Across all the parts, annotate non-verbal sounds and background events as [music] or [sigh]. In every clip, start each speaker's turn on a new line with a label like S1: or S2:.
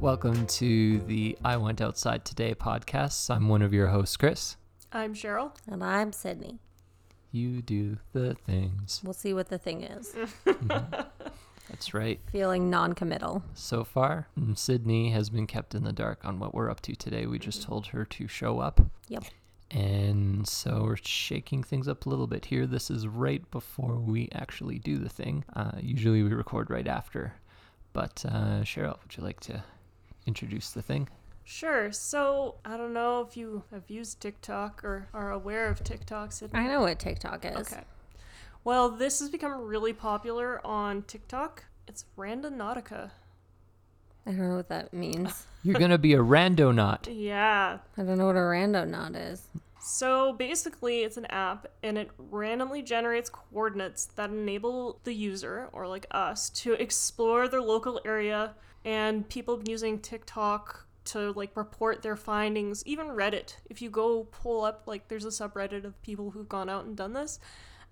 S1: Welcome to the I Went Outside Today podcast. I'm one of your hosts, Chris.
S2: I'm Cheryl.
S3: And I'm Sydney.
S1: You do the things.
S3: We'll see what the thing is.
S1: That's right.
S3: Feeling non committal.
S1: So far, mm, Sydney has been kept in the dark on what we're up to today. We just told her to show up.
S3: Yep.
S1: And so we're shaking things up a little bit here. This is right before we actually do the thing. Uh, usually we record right after. But uh, Cheryl, would you like to introduce the thing?
S2: Sure. So I don't know if you have used TikTok or are aware of TikTok. Sydney.
S3: I know what TikTok is.
S2: Okay. Well, this has become really popular on TikTok. It's Randonautica.
S3: I don't know what that means.
S1: [laughs] You're going to be a rando not.
S2: Yeah.
S3: I don't know what a rando knot is.
S2: So basically, it's an app and it randomly generates coordinates that enable the user, or like us, to explore their local area. And people have been using TikTok to like report their findings, even Reddit. If you go pull up, like, there's a subreddit of people who've gone out and done this,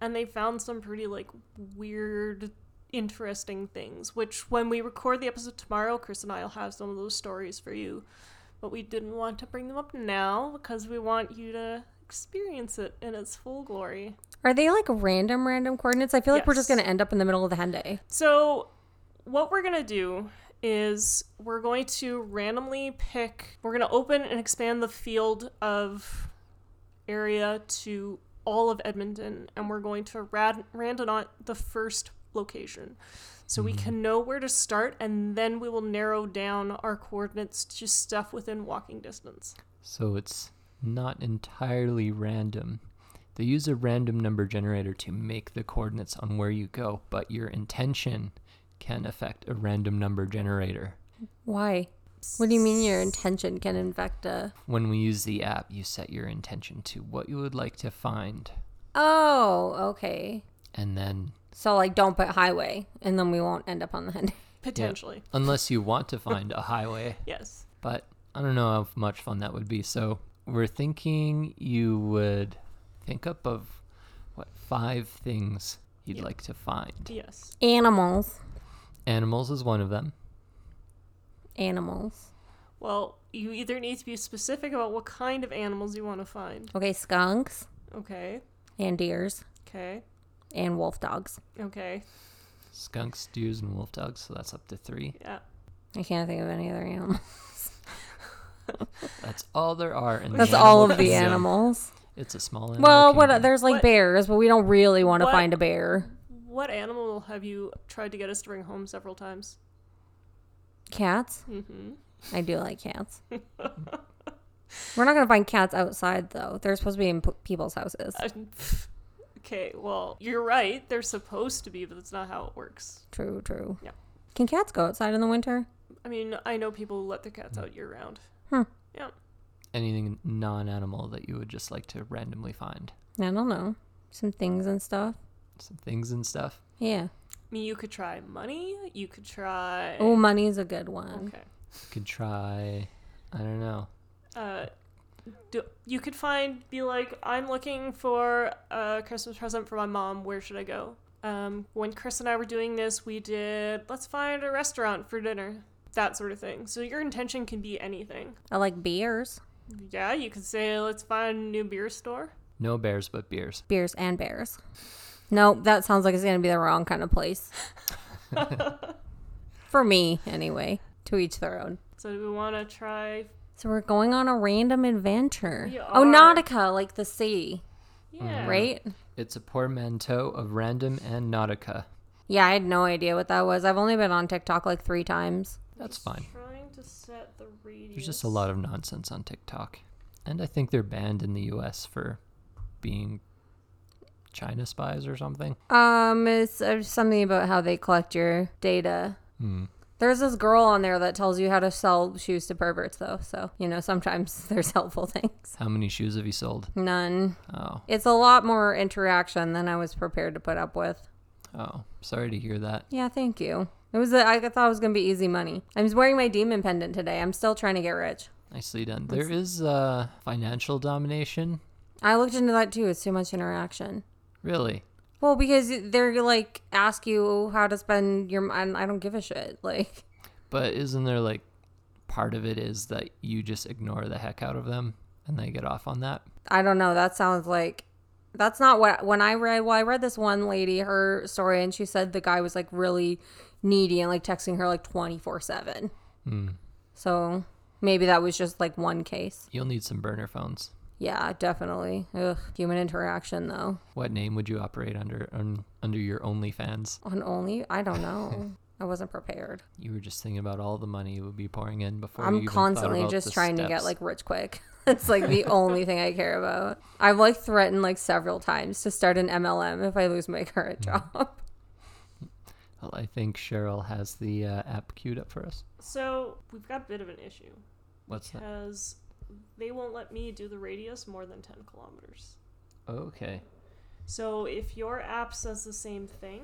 S2: and they found some pretty like weird, interesting things. Which, when we record the episode tomorrow, Chris and I will have some of those stories for you but we didn't want to bring them up now because we want you to experience it in its full glory.
S3: Are they like random, random coordinates? I feel like we're just
S2: Yes.
S3: going to end up in the middle of the Henday.
S2: So, what we're going to do is we're going to randomly pick, we're going to open and expand the field of area to all of Edmonton, and we're going to rad- randonaut the first location. So we can know where to start, and then we will narrow down our coordinates to stuff within walking distance.
S1: So it's not entirely random. They use a random number generator to make the coordinates on where you go, but your intention can affect a random number generator.
S3: Why? What do you mean your intention can infect a.
S1: When we use the app, you set your intention to what you would like to find,
S3: Oh, okay.
S1: and then,
S3: So, like, don't put highway, and then we won't end up on the Henday.
S2: Potentially.
S1: unless you want to find a highway,
S2: Yes.
S1: but I don't know how much fun that would be. So we're thinking you would think up of what five things you'd like to find.
S2: Yes.
S3: Animals.
S1: Animals is one of them.
S3: Animals.
S2: Well, you either need to be specific about what kind of animals you want to find.
S3: Okay, skunks
S2: Okay.
S3: and deers
S2: Okay.
S3: and wolf dogs.
S2: Okay.
S1: Skunks, deers, and wolf dogs. So that's up to three.
S2: Yeah.
S3: I can't think of any other animal.
S1: That's all there are. In
S3: That's
S1: the
S3: all
S1: animal
S3: of the
S1: kingdom.
S3: animals.
S1: It's a small animal.
S3: Well, what
S1: kingdom.
S3: there's like
S2: What-
S3: bears, but we don't really want to
S2: What-
S3: find a bear.
S2: What animal have you tried to get us to bring home several times?
S3: Cats.
S2: Mm-hmm.
S3: I do
S2: [laughs]
S3: like cats. We're not gonna find cats outside though. They're supposed to be in p- people's houses.
S2: Uh, [laughs] okay. Well, you're right. They're supposed to be, but that's not how it works.
S3: True, true.
S2: Yeah.
S3: Can cats go outside in the winter?
S2: I mean, I know people who let their cats out year round.
S3: Hmm.
S2: Yeah.
S1: anything non-animal that you would just like to randomly find?
S3: I don't know. Some things and stuff.
S1: Some things and stuff.
S3: Yeah.
S2: I mean, you could try money. You could try.
S3: Oh, money's a good one.
S2: Okay.
S1: Could try. I don't know.
S2: uh, do, you could find be like i'm looking for a christmas present for my mom where should i go um, when chris and i were doing this we did let's find a restaurant for dinner that sort of thing so your intention can be anything
S3: I like beers,
S2: yeah you could say let's find a new beer store
S1: No bears, but beers.
S3: beers and bears. Nope, that sounds like it's gonna be the wrong kind
S2: [laughs]
S3: of place. For me, anyway. To each their own.
S2: so do we want to try
S3: So we're going on a random adventure.
S2: We
S3: Oh,
S2: are.
S3: Nautica, like the sea,
S2: yeah
S3: right?
S1: It's a portmanteau of random and nautica.
S3: Yeah, I had no idea what that was. I've only been on TikTok like three times.
S1: That's fine.
S2: trying to set the radius
S1: There's just a lot of nonsense on TikTok, and I think they're banned in the U.S. for being China spies or something.
S3: Um, it's uh, something about how they collect your data. There's this girl on there that tells you how to sell shoes to perverts, though. So you know, sometimes [laughs] there's helpful things.
S1: How many shoes have you sold?
S3: None.
S1: Oh,
S3: It's a lot more interaction than I was prepared to put up with.
S1: oh, sorry to hear that.
S3: Yeah, thank you. It was. A, I thought it was gonna be easy money. I was wearing my demon pendant today. I'm still trying to get rich.
S1: Nicely done. There is uh, financial domination.
S3: I looked into that too. It's too much interaction.
S1: Really?
S3: Well, because they're like ask you how to spend your. I I don't give a shit. [laughs] Like
S1: But isn't there like part of it is that you just ignore the heck out of them and they get off on that.
S3: I don't know. That sounds like that's not what when I read. Well, I read this one lady her story, and she said the guy was like really needy and like texting her like twenty four seven.
S1: Hmm.
S3: So maybe that was just like one case.
S1: You'll need some burner phones.
S3: Yeah, definitely. Ugh, human interaction though
S1: What name would you operate under un, under your OnlyFans?
S3: on only I don't know. I wasn't prepared.
S1: You were just thinking about all the money you would be pouring in before. you
S3: I'm
S1: even thought
S3: constantly
S1: about
S3: just
S1: the
S3: trying to get
S1: steps.
S3: like rich quick. [laughs] That's like the only thing I care about. I've like threatened like several times to start an MLM if I lose my current
S1: Hmm.
S3: job.
S1: Well, I think Cheryl has the uh, app queued up for us.
S2: So we've got a bit of an issue
S1: What's that?
S2: because they won't let me do the radius more than 10 kilometers.
S1: Okay.
S2: So if your app says the same thing,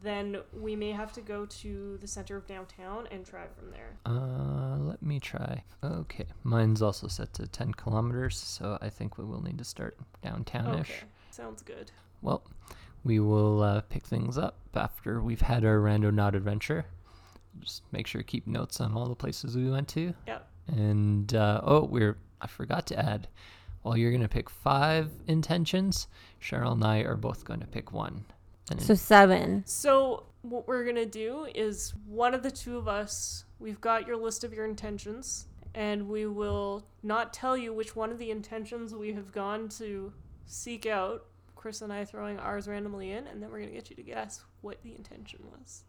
S2: then we may have to go to the center of downtown and drive from there.
S1: Uh, let me try. Okay, mine's also set to 10 kilometers, so I think we will need to start downtownish.
S2: Okay. Sounds good.
S1: Well, we will uh, pick things up after we've had our Randonaut adventure. Just make sure to keep notes on all the places we went to.
S2: Yep.
S1: And uh, oh, we're I forgot to add. While you're gonna pick five intentions, Cheryl and I are both going to pick one. And
S3: So seven.
S2: So what we're gonna do is one of the two of us. We've got your list of your intentions, and we will not tell you which one of the intentions we have gone to seek out. Chris and I throwing ours randomly in, and then we're gonna get you to guess what the intention was.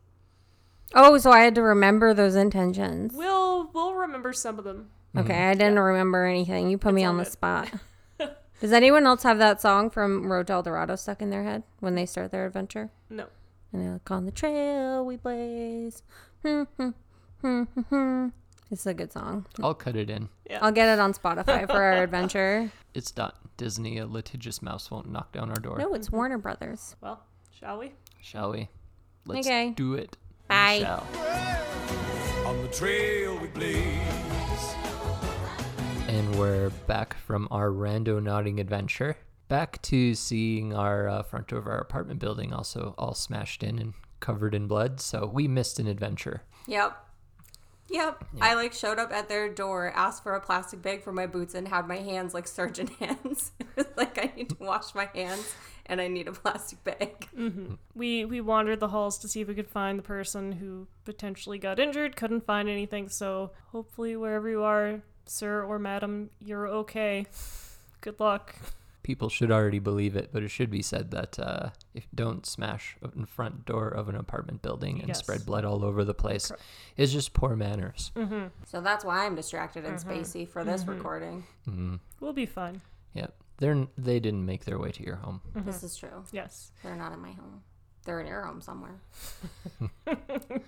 S3: Oh, so I had to remember those intentions.
S2: We'll we'll remember some of them.
S1: Hmm.
S3: Okay, I didn't remember anything. You put me
S2: all
S3: on the
S2: good.
S3: spot. Does anyone else have that song from Road to El Dorado stuck in their head when they start their adventure?
S2: No.
S3: And they're like, on the trail we blaze. Hmm, hmm, hmm, hmm, hmm." It's a good song.
S1: I'll cut it in.
S2: Yeah.
S3: I'll get it on Spotify for our adventure.
S1: It's done. Disney, a litigious mouse won't knock down our door.
S3: No, it's Warner Brothers.
S2: well, shall we?
S1: Shall we? Let's
S3: Okay.
S1: do it. We
S3: Bye.
S1: shall.
S4: On the trail we blaze.
S1: And we're back from our rando nodding adventure. Back to seeing our uh, front of our apartment building also all smashed in and covered in blood. So we missed an adventure.
S3: Yep. Yep. I like showed up at their door, asked for a plastic bag for my boots, and had my hands like surgeon [laughs] hands. like I need to wash my hands and I need a plastic bag.
S2: We we wandered the halls to see if we could find the person who potentially got injured. Couldn't find anything, so hopefully wherever you are, sir or madam, you're okay. Good luck.
S1: People should already believe it, but it should be said that uh, if don't smash in front door of an apartment building and
S2: Yes.
S1: spread blood all over the place, it's just poor manners.
S3: So that's why I'm distracted and spacey for this recording.
S1: Mm-hmm.
S2: We'll be fine.
S1: Yeah, they're they didn't make their way to your home.
S3: This is true.
S2: Yes.
S3: They're not in my home. They're in your home somewhere.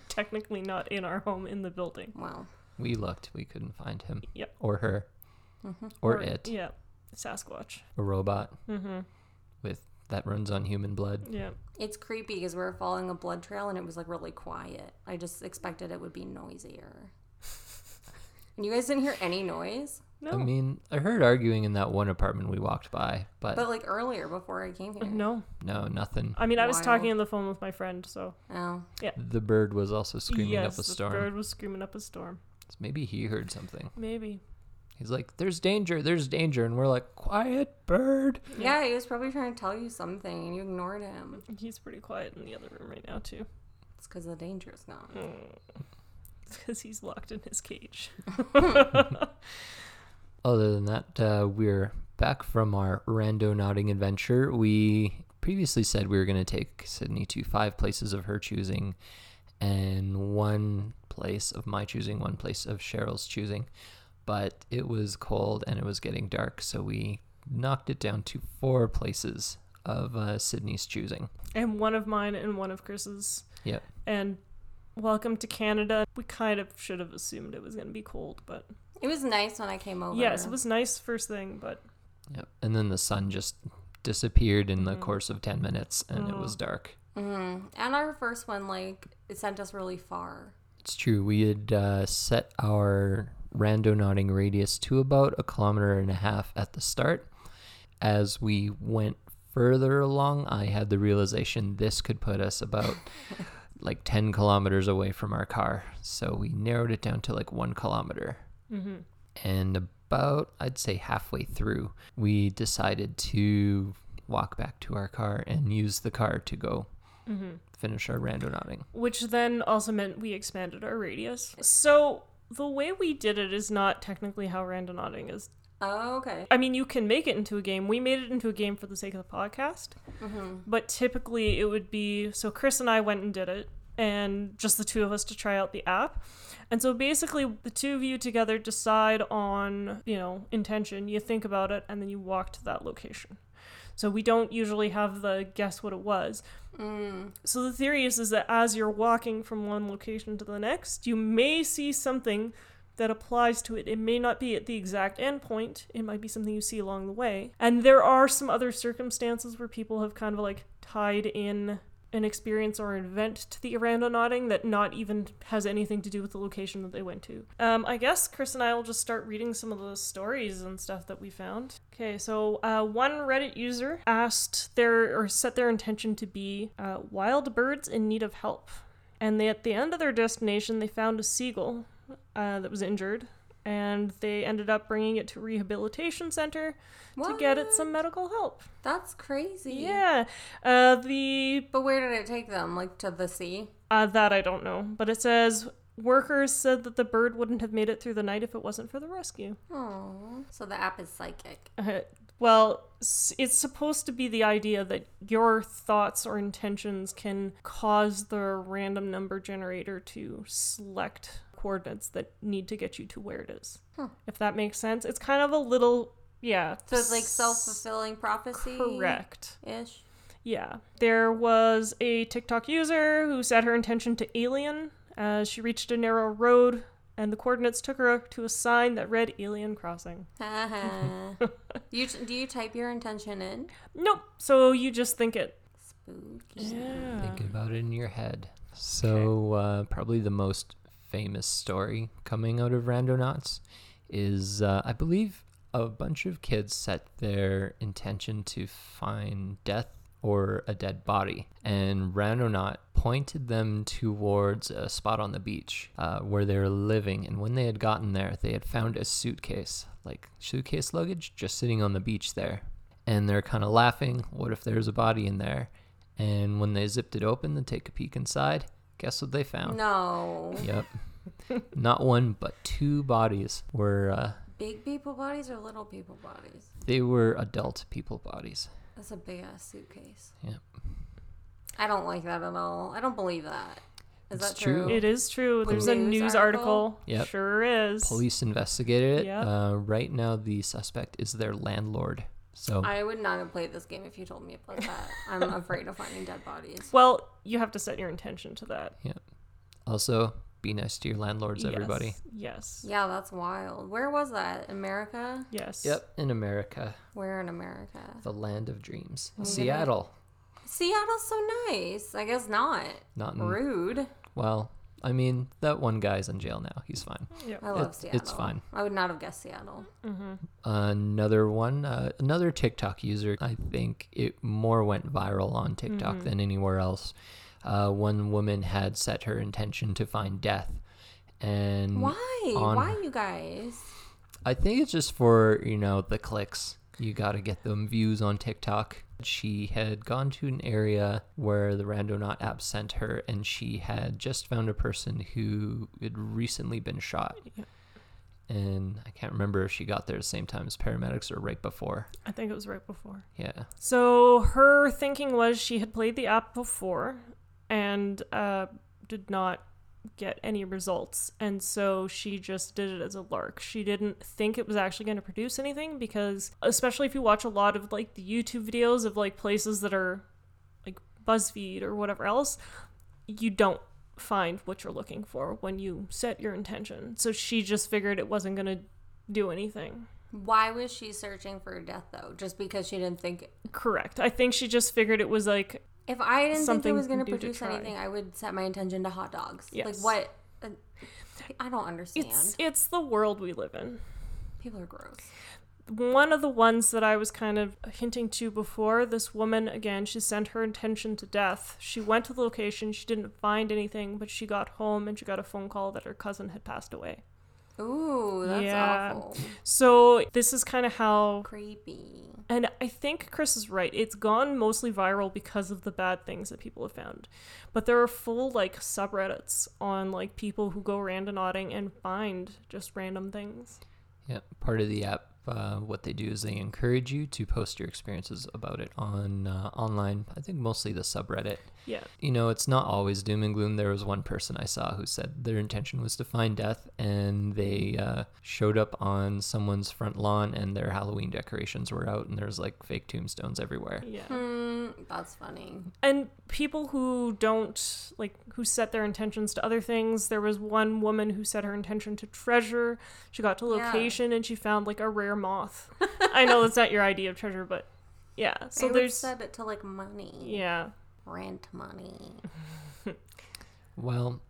S2: Technically not in our home in the building.
S3: Well,
S1: We looked, we couldn't find him.
S2: Yep.
S1: Or her. Or, it.
S2: Yeah. Sasquatch.
S1: A robot.
S2: Mm-hmm.
S1: With that runs on human blood.
S2: Yeah.
S3: it's creepy because we were following a blood trail and it was like really quiet. I just expected it would be noisier. and you guys didn't hear any noise?
S2: No.
S1: I mean, I heard arguing in that one apartment we walked by, but,
S3: But like earlier before I came here.
S2: no.
S1: Uh, no, nothing.
S2: I mean I was
S3: Wild.
S2: talking on the phone with my friend, so
S3: Oh.
S1: The bird was also screaming
S2: yes,
S1: up a
S2: this
S1: storm.
S2: bird was screaming up a storm.
S1: So Maybe he heard something.
S2: Maybe.
S1: He's like, "There's danger! There's danger!" And we're like, "Quiet, bird."
S3: Yeah, he was probably trying to tell you something and you ignored him.
S2: He's pretty quiet in the other room right now too. [laughs]
S3: It's because the danger is gone.
S2: Because he's locked in his cage.
S1: Other than that, uh, we're back from our rando nodding adventure. We previously said we were going to take Sydney to five places of her choosing and one place of my choosing, one place of Cheryl's choosing. But it was cold and it was getting dark, so we knocked it down to four places of uh, Sydney's choosing.
S2: and one of mine and one of Chris's.
S1: Yep.
S2: And welcome to Canada. We kind of should have assumed it was going to be cold, but
S3: It was nice when I came over.
S2: yes, it was nice first thing, but
S1: Yep. And then the sun just disappeared in the course of 10 minutes and it was dark.
S3: Mm. And our first one, like, it sent us really far.
S1: It's true. We had uh, set our rando nodding radius to about a kilometer and a half at the start. As we went further along, I had the realization this could put us about like 10 kilometers away from our car. So we narrowed it down to like one kilometer. And about, I'd say halfway through, we decided to walk back to our car and use the car to go finish our randonauting.
S2: which then also meant we expanded our radius. So the way we did it is not technically how randonauting is.
S3: Oh, okay.
S2: I mean, you can make it into a game. We made it into a game for the sake of the podcast, but typically it would be so Chris and I went and did it, and just the two of us to try out the app. And so basically, the two of you together decide on, you know, intention, you think about it, and then you walk to that location. So we don't usually have the guess what it was. So the theory is, is that as you're walking from one location to the next, you may see something that applies to it. It may not be at the exact endpoint. It might be something you see along the way. And there are some other circumstances where people have kind of like tied in an experience or an event to the randonauting that not even has anything to do with the location that they went to. Um, I guess Chris and I will just start reading some of the stories and stuff that we found. Okay, so uh, one Reddit user asked their or set their intention to be uh, wild birds in need of help, and they, at the end of their destination they found a seagull uh, that was injured. And they ended up bringing it to a rehabilitation center to get it some medical help.
S3: That's crazy.
S2: Yeah, uh, the
S3: But where did it take them? Like to the sea?
S2: Uh, that I don't know, but it says workers said that the bird wouldn't have made it through the night if it wasn't for the rescue.
S3: Oh. So the app is psychic.
S2: Uh, [laughs] well, s- it's supposed to be the idea that your thoughts or intentions can cause the random number generator to select coordinates that need to get you to where it is. If that makes sense, it's kind of a little yeah.
S3: So it's like self fulfilling prophecy.
S2: correct.
S3: Ish.
S2: Yeah. There was a TikTok user who set her intention to alien as she reached a narrow road and the coordinates took her to a sign that read alien crossing.
S3: Haha. [laughs] you t- do you type your intention in?
S2: Nope. So you just think it.
S3: Spooky.
S2: Yeah.
S1: Think about it in your head. So, uh, probably the most famous story coming out of Randonauts is uh, I believe a bunch of kids set their intention to find death or a dead body, and Randonaut pointed them towards a spot on the beach uh, where they were living. And when they had gotten there, they had found a suitcase, like suitcase luggage, just sitting on the beach there. And they're kind of laughing. What if there's a body in there? And when they zipped it open to take a peek inside, guess what they found?
S3: No.
S1: Yep. Not one, but two bodies were, uh,
S3: Big people bodies or little people bodies?
S1: they were adult people bodies.
S3: That's a big ass suitcase.
S1: Yep.
S3: I don't like that at all. I don't believe that. Is
S1: It's
S3: that
S1: true.
S3: true?
S2: It is true. There's a
S3: News
S2: news
S3: article?
S2: article.
S1: Yep.
S2: Sure is.
S1: Police investigated it.
S2: Yep.
S1: Uh, right now, the suspect is their landlord. So,
S3: I would not have played this game if you told me about that.
S1: [laughs]
S3: I'm afraid of finding dead bodies.
S2: Well, you have to set your intention to that.
S1: also, be nice to your landlords,
S2: Yes.
S1: everybody.
S2: Yes.
S3: Yeah, that's wild. Where was that? America?
S2: Yes.
S1: Yep, in America,
S3: Where in America?
S1: the land of dreams. Seattle.
S3: Seattle's so nice. I guess not.
S1: Not in,
S3: Rude.
S1: well, I mean, that one guy's in jail now. He's fine.
S2: Yep.
S3: I love
S1: It's-
S3: Seattle.
S1: it's fine.
S3: I would not have guessed Seattle.
S1: another one uh, another tiktok user i think it more went viral on tiktok
S2: Mm-hmm.
S1: than anywhere else uh, one woman had set her intention to find death and
S3: Why?
S1: on-
S3: Why you guys?
S1: i think it's just for you know the clicks you gotta get them views on tiktok she had gone to an area where the randonaut app sent her and she had just found a person who had recently been shot and i can't remember if she got there at the same time as paramedics or right before
S2: I think it was right before.
S1: yeah
S2: So her thinking was she had played the app before and uh, did not get any results. And so she just did it as a lark. She didn't think it was actually going to produce anything because, especially if you watch a lot of like the YouTube videos of like places that are like BuzzFeed or whatever else, you don't find what you're looking for when you set your intention. So she just figured it wasn't going to do anything.
S3: Why was she searching for death though? Just because she didn't think
S2: Correct. I think she just figured it was like
S3: if I didn't
S2: Something
S3: think it was going
S2: you
S3: to
S2: can do to
S3: produce
S2: try.
S3: anything, I would set my intention to hot dogs. Like
S2: Yes.
S3: what? uh, I don't understand.
S2: It's, it's the world we live in.
S3: People are gross.
S2: one of the ones that I was kind of hinting to before, this woman, again, she sent her intention to death. She went to the location, she didn't find anything, but she got home and she got a phone call that her cousin had passed away.
S3: Ooh, that's
S2: Yeah.
S3: awful.
S2: So, this is kind of how.
S3: Creepy.
S2: And I think Chris is right. It's gone mostly viral because of the bad things that people have found. But there are full, like, subreddits on, like, people who go randonauting and find just random things.
S1: Yeah, part of the app. Uh, what they do is they encourage you to post your experiences about it on uh, online. I think mostly the subreddit.
S2: Yeah.
S1: You know, it's not always doom and gloom. There was one person I saw who said their intention was to find death, and they uh, showed up on someone's front lawn, and their Halloween decorations were out, and there's like fake tombstones everywhere.
S2: Yeah. Hmm.
S3: Mm, that's funny.
S2: and people who don't like who set their intentions to other things there was one woman who set her intention to treasure she got to
S3: Yeah.
S2: location and she found like a rare moth i know that's not your idea of treasure but
S3: [laughs]
S2: yeah so
S3: So they
S2: there's
S3: set it to like money,
S2: yeah
S3: rent money.
S1: Well,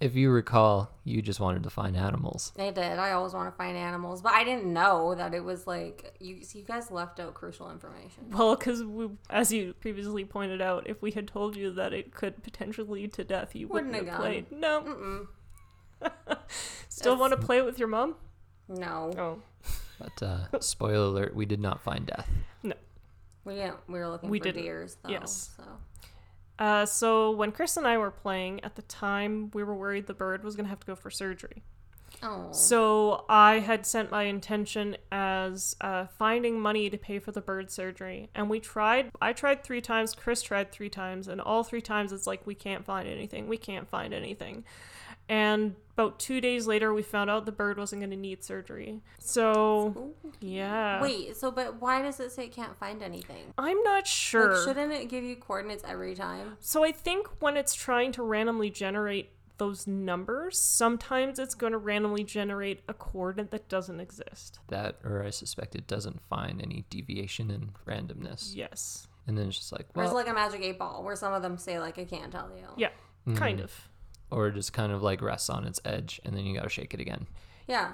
S1: if you recall, you just wanted to find animals.
S3: They did. I always want to find animals, but I didn't know that it was like you. so You guys left out crucial information.
S2: well because as you previously pointed out if we had told you that it could potentially lead to death you wouldn't,
S3: Wouldn't
S2: have
S3: have
S2: played no
S3: Mm-mm.
S2: still want to play with your mom
S3: No,
S2: oh
S1: But
S2: [laughs]
S1: uh, spoiler alert, we did not find death.
S3: we didn't. We were looking
S2: We
S3: for
S2: didn't.
S3: deers, though.
S2: Yes.
S3: So
S2: Uh, so when Chris and I were playing at the time, we were worried the bird was gonna have to go for surgery.
S3: oh,
S2: So I had sent my intention as uh, finding money to pay for the bird surgery, and we tried. I tried three times. Chris tried three times, and all three times it's like we can't find anything. We can't find anything. And about two days later, we found out the bird wasn't gonna need surgery. So yeah,
S3: wait. So, but why does it say can't find anything?
S2: I'm not sure.
S3: Like, shouldn't it give you coordinates every time?
S2: So I think when it's trying to randomly generate those numbers, sometimes it's going to randomly generate a coordinate that doesn't exist.
S1: That, or I suspect it doesn't find any deviation in randomness.
S2: Yes.
S1: And then it's just like,
S3: Or it's
S1: well,
S3: like a magic eight ball where some of them say like I can't tell you.
S2: Yeah.
S1: Mm-hmm.
S2: Kind of.
S1: or it just kind of like rests on its edge, and then you gotta shake it again.
S3: Yeah.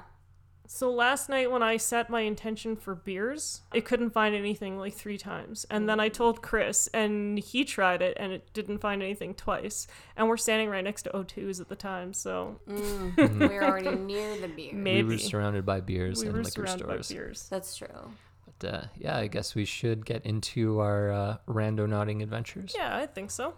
S2: So last night when I set my intention for beers, it couldn't find anything like three times. And then I told Chris and he tried it and it didn't find anything twice. And we're standing right next to O2s at the time, so
S1: Mm.
S3: we were already near
S1: [laughs]
S3: the beer.
S2: maybe
S1: We were surrounded by beers
S2: we
S1: and
S2: were
S1: liquor
S2: surrounded by
S1: stores.
S2: beers.
S3: That's true.
S1: But uh, yeah, I guess we should get into our uh, rando nodding adventures.
S2: Yeah, I think so.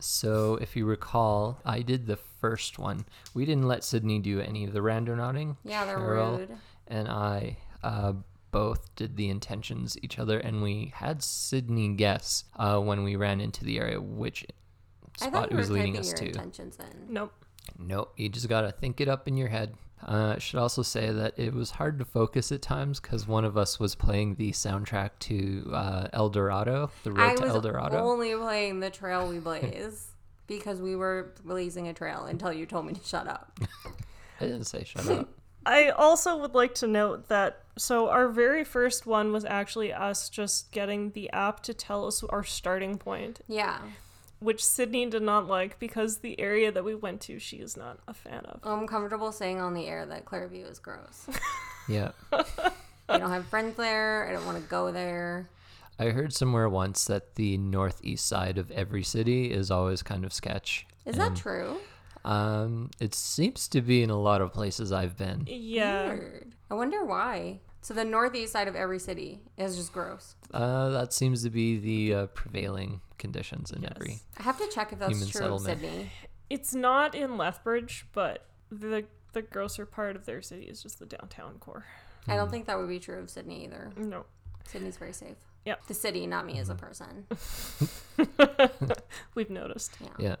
S1: So if you recall, I did the first one. We didn't let Sydney do any of the rando nodding.
S3: Yeah, they're
S1: Cheryl
S3: rude.
S1: And I uh, both did the intentions each other, and we had Sydney guess uh, when we ran into the area which
S3: I thought
S1: spot it
S3: you were
S1: was leading
S3: typing
S1: us
S3: your
S1: to.
S3: intentions in.
S2: Nope.
S1: Nope, you just gotta think it up in your head. Uh, I should also say that it was hard to focus at times because one of us was playing the soundtrack to uh, El Dorado, the
S3: I
S1: Road to
S3: was
S1: El Dorado.
S3: only playing the
S1: [laughs]
S3: trail we blaze because we were blazing a trail until you told me to shut up.
S1: I didn't say shut
S3: [laughs]
S1: up.
S2: I also would like to note that so our very first one was actually us just getting the app to tell us our starting point,
S3: Yeah.
S2: which Sydney did not like because the area that we went to she is not a fan of.
S3: I'm comfortable saying on the air that Clairview is gross.
S1: Yeah.
S3: I don't have friends there. I don't want to go there.
S1: I heard somewhere once that the northeast side of every city is always kind of sketch.
S3: Is that true?
S1: Um, it seems to be in a lot of places I've been.
S2: Yeah.
S3: Weird. I wonder why. So the northeast side of every city is just gross.
S1: Uh, that seems to be the uh, prevailing conditions in every.
S3: I have to check if that's
S1: Human
S3: true
S1: settlement.
S3: of Sydney.
S2: It's not in Lethbridge, but the the grosser part of their city is just the downtown core.
S3: I
S1: Hmm.
S3: don't think that would be true of Sydney either.
S2: No.
S3: Sydney's very safe.
S2: Yep.
S3: The city, not me
S1: Mm-hmm.
S3: as
S1: [laughs]
S3: a person.
S2: We've
S3: [laughs]
S2: noticed. [laughs]
S1: Yeah.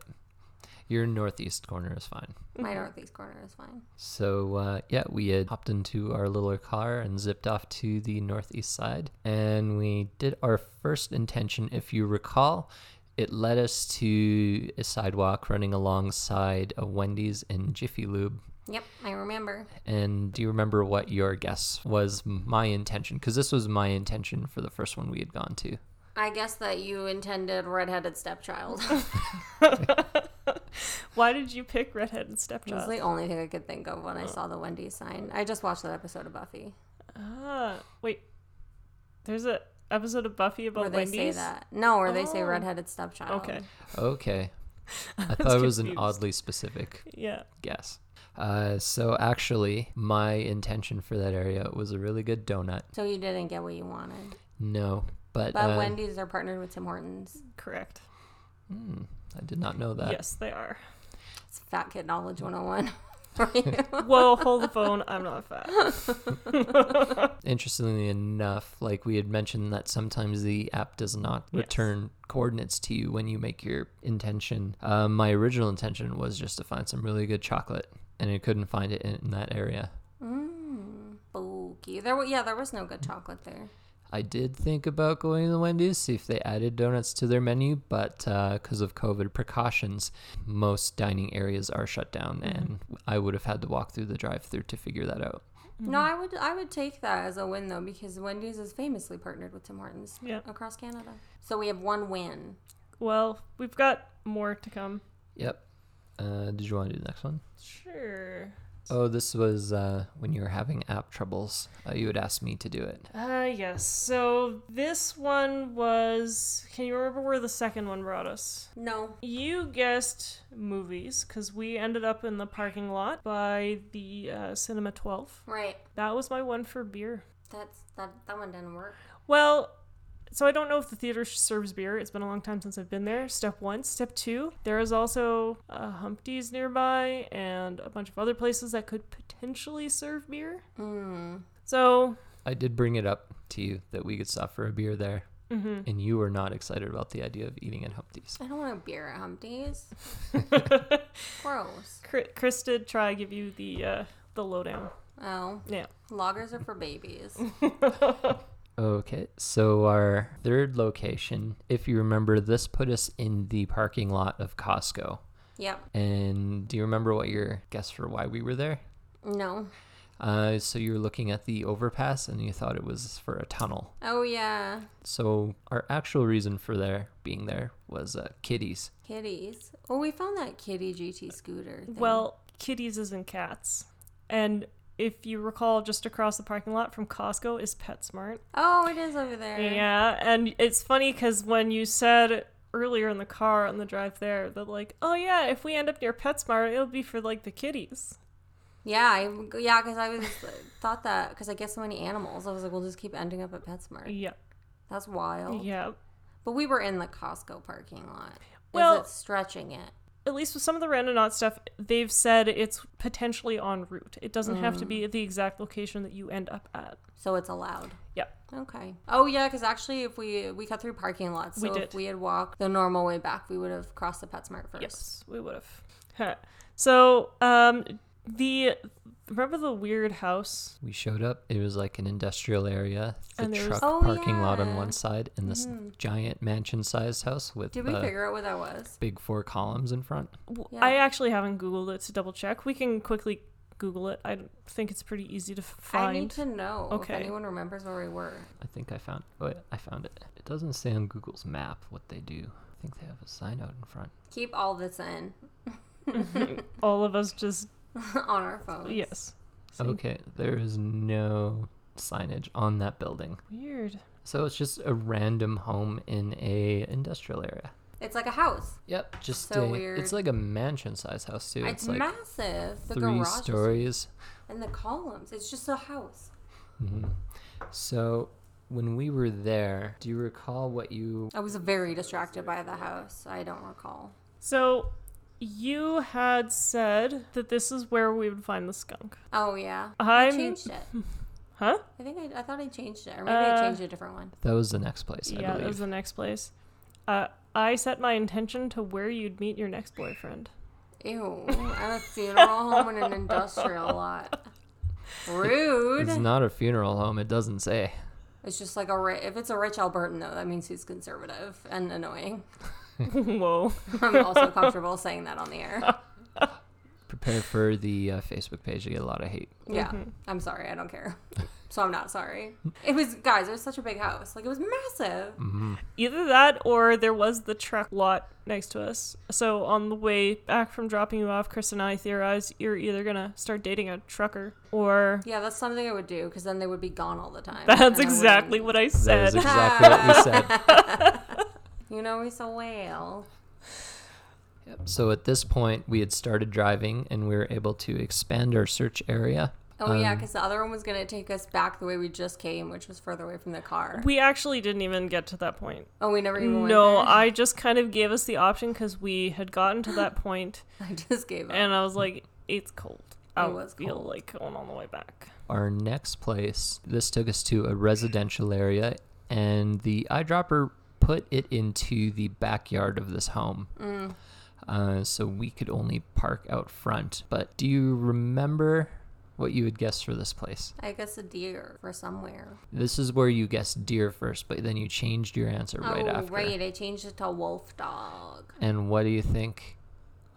S1: Your northeast corner is fine.
S3: My northeast corner is fine.
S1: So uh, yeah, we had hopped into our little car and zipped off to the northeast side, and we did our first intention. If you recall, it led us to a sidewalk running alongside a Wendy's and Jiffy Lube.
S3: Yep, I remember.
S1: And do you remember what your guess was? My intention, because this was my intention for the first one we had gone to.
S3: I guess that you intended redheaded stepchild. [laughs]
S2: Why did you pick redheaded
S3: That's
S2: stepchild?
S3: the only thing I could think of when I saw the Wendy's sign. I just watched that episode of Buffy.
S2: Ah, wait. There's a episode of Buffy about
S3: Where they
S2: Wendy's.
S3: say that. um, No, where they say
S2: Oh.
S3: redheaded stepchild.
S2: Okay.
S1: [laughs] Okay. I thought it was an
S2: confused.
S1: oddly specific
S2: Yeah.
S1: guess. Uh, so actually, my intention for that area was a really good donut.
S3: So you didn't get what you wanted.
S1: No, but,
S3: But
S1: uh,
S3: Wendy's are partnered with Tim Hortons.
S2: Correct.
S1: hmm, I did not know that.
S2: yes, they
S3: [laughs]
S2: are.
S3: It's Fat Kid Knowledge 101. [laughs] for you.
S2: Whoa, hold the phone. I'm not fat.
S3: [laughs]
S1: Interestingly enough, like we had mentioned that sometimes the app does not
S2: Yes.
S1: return coordinates to you when you make your intention. Uh, my original intention was just to find some really good chocolate, and I couldn't find it in, in that area.
S2: Mm.
S3: Spooky. There, wa- yeah, there was no good chocolate there.
S1: I did think about going to the Wendy's, see if they added donuts to their menu, but because of COVID precautions, most dining areas are shut down, and I would have had to walk through the drive through to figure that out.
S2: Mm-hmm.
S3: No, I would I would take that as a win though because Wendy's is famously partnered with Tim Hortons
S2: Yeah.
S3: across Canada. So we have one win.
S2: [laughs] Well, we've got more to come.
S1: Yep. Uh, did you want to do the next one?
S2: Sure.
S1: Oh, this was uh, when you were having app troubles. Uh, you had asked me to do it.
S2: Uh, yes. So this one was. Can you remember where the second one brought us?
S3: No.
S2: You guessed movies because we ended up in the parking lot by the uh, Cinema 12.
S3: Right.
S2: That was my one for beer.
S3: That's that that one didn't work.
S2: Well, so I don't know if the theater serves beer. It's been a long time since I've been there. Step one. Step two, there is also a Humpty's nearby and a bunch of other places that could potentially serve beer. Mm. So, [laughs]
S1: I did bring it up to you that we could stop for a beer there, and you were not excited about the idea of eating at Humpty's.
S3: I don't want a beer at Humpty's. Gross.
S2: Chri- Chris did try give you the uh, the lowdown.
S3: Oh,
S2: Yeah.
S3: loggers are for babies.
S2: [laughs]
S1: Okay, so our third location, if you remember, this put us in the parking lot of Costco.
S3: yep.
S1: And do you remember what your guess for why we were there?
S3: No.
S1: Uh, so you were looking at the overpass and you thought it was for a tunnel.
S3: Oh yeah,
S1: So our actual reason for there being there was uh, kitties.
S3: kitties. Oh, we found that kitty GT scooter. Thing.
S2: Well, kitties isn't cats. And if you recall, just across the parking lot from Costco is PetSmart.
S3: Oh, it is over there.
S2: Yeah, and it's funny because when you said earlier in the car on the drive there that like, oh yeah, if we end up near PetSmart, it'll be for like the kitties.
S3: Yeah, I, yeah, because I was thought that because I get so many animals, I was like, we'll just keep ending up at PetSmart.
S2: Yeah,
S3: That's wild.
S2: yeah.
S3: But we were in the Costco parking lot. Is
S2: Well-
S3: it stretching it.
S2: At least with some of the Randonaut stuff, they've said it's potentially en route. It doesn't have to be at the exact location that you end up at.
S3: So it's allowed.
S2: Yeah.
S3: Okay. Oh yeah, because actually, if we we cut through parking lots, so
S2: We
S3: if
S2: did.
S3: we had walked the normal way back, we would have crossed the PetSmart first.
S2: Yes, we would have. so, um, the remember the weird house?
S1: We showed up. It was like an industrial area, the
S2: And there was-
S1: truck
S3: Oh,
S1: parking lot on
S3: yeah. Mm-hmm.
S1: one side, and this giant mansion-sized house with
S3: Did we
S1: uh,
S3: figure out what that was?
S1: big four columns in front.
S2: W-
S3: Yeah.
S2: I actually haven't Googled it to double check. We can quickly Google it. I d- think it's pretty easy to f- find.
S3: I need to know
S2: Okay.
S3: if anyone remembers where we were.
S1: I think I found. Oh, yeah, I found it. It doesn't say on Google's map what they do. I think they have a sign out in front.
S3: Keep all this in [laughs]
S2: [laughs] All of us just,
S3: on our phones.
S2: yes.
S1: Okay, there is no signage on that building.
S2: Weird.
S1: So it's just a random home in a industrial area.
S3: It's like a house.
S1: Yep, just
S3: So
S1: a,
S3: weird.
S1: it's like a mansion-sized house too.
S3: It's,
S1: It's, like
S3: massive. The
S1: three
S3: garage is
S1: stories.
S3: and the columns. It's just a house.
S1: Mm-hmm. So when we were there, do you recall what you
S3: I was very distracted by the house. I don't recall.
S2: So, you had said that this is where we would find the skunk.
S3: Oh yeah, I
S2: I'm-
S3: changed it.
S2: [laughs] Huh?
S3: I think I, I thought I changed it, or maybe I
S2: Uh,
S3: changed a different one.
S1: that was the next place, I
S2: yeah, that
S1: believe.
S2: was the next place. Uh, I set my intention to where you'd meet your next boyfriend. [laughs]
S3: Ew, at a funeral home in
S2: [laughs]
S3: an industrial lot. Rude.
S1: It's not a funeral home, it doesn't say.
S3: It's just like a ri- if it's a rich Albertan though, that means he's conservative and annoying. [laughs]
S2: Whoa. [laughs]
S3: I'm also comfortable saying that on the air.
S1: Prepare for the uh, Facebook page to get a lot of hate.
S3: Yeah, I'm sorry. I don't care. So I'm not sorry. It was guys. It was such a big house. Like it was massive.
S2: Either that or there was the truck lot next to us. So on the way back from dropping you off, Chris and I theorized you're either going to start dating a trucker or.
S3: Yeah, that's something I would do because then they would be gone all the time.
S2: [laughs]
S3: and
S2: That's
S3: I
S2: exactly what
S3: wouldn't-
S2: I
S1: That is
S2: said.
S1: exactly what we said.
S3: [laughs]
S2: [laughs]
S3: You know me so well.
S1: Yep. So at this point, we had started driving and we were able to expand our search area.
S3: Oh yeah,
S1: Um,
S3: because the other one was gonna take us back the way we just came, which was further away from the car.
S2: we actually didn't even get to that point.
S3: oh, we never even went
S2: No,
S3: there?
S2: I just kind of gave us the option because we had gotten to that point
S3: [laughs] I just gave up.
S2: and I was like, it's cold. I
S3: It was
S2: feel
S3: cold.
S2: like going on the way back.
S1: Our next place, this took us to a residential area, and the eyedropper put it into the backyard of this home.
S3: Mm.
S1: Uh, so we could only park out front. But do you remember what you had guessed for this place?
S3: I guess a deer for somewhere.
S1: This is where you guessed deer first, but then you changed your answer right
S3: oh,
S1: after.
S3: right. I changed it to wolf dog.
S1: And what do you think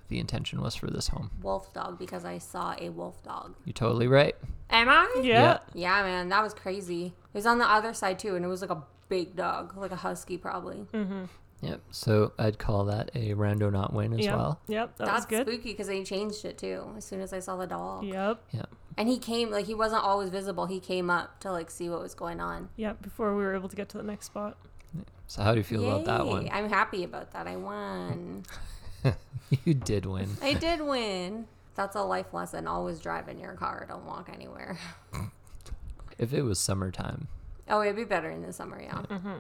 S1: the intention was for this home?
S3: Wolf dog because I saw a wolf dog.
S1: You're totally right.
S3: Am I?
S2: Yeah.
S3: Yeah, man, that was crazy. It was on the other side too, and it was like a big dog, like a husky probably.
S2: Mm,
S1: Yep. So I'd call that a rando not win as
S2: Yep.
S1: well.
S2: Yep. That
S3: That's
S2: was good.
S3: spooky because they changed it too as soon as I saw the dog.
S2: Yep.
S1: Yep.
S3: And he came like he wasn't always visible. He came up to like see what was going on.
S2: Yep. Before we were able to get to the next spot.
S1: So how do you feel about that
S3: Yay,
S1: one?
S3: I'm happy about that. I won.
S1: [laughs] You did win.
S3: I did win. That's a life lesson. Always drive in your car. Don't walk anywhere.
S1: If it was summertime,
S3: Oh, it'd be better in the summer, yeah.
S2: Mm-hmm.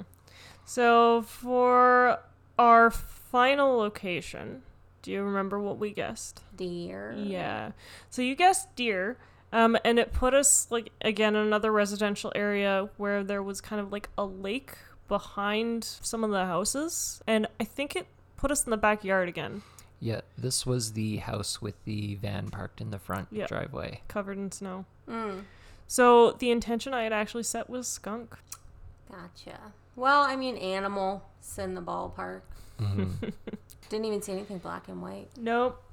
S2: So for our final location, do you remember what we guessed?
S3: Deer.
S2: Yeah. So you guessed deer. Um, and it put us like again in another residential area where there was kind of like a lake behind some of the houses, and I think it put us in the backyard again,
S1: yeah, this was the house with the van parked in the front
S2: Yep.
S1: driveway.
S2: covered in snow.
S3: Mm,
S2: So the intention I had actually set was skunk.
S3: Gotcha. Well, I mean, animal. It's in the ballpark. [laughs] Didn't even see anything black and white.
S2: Nope,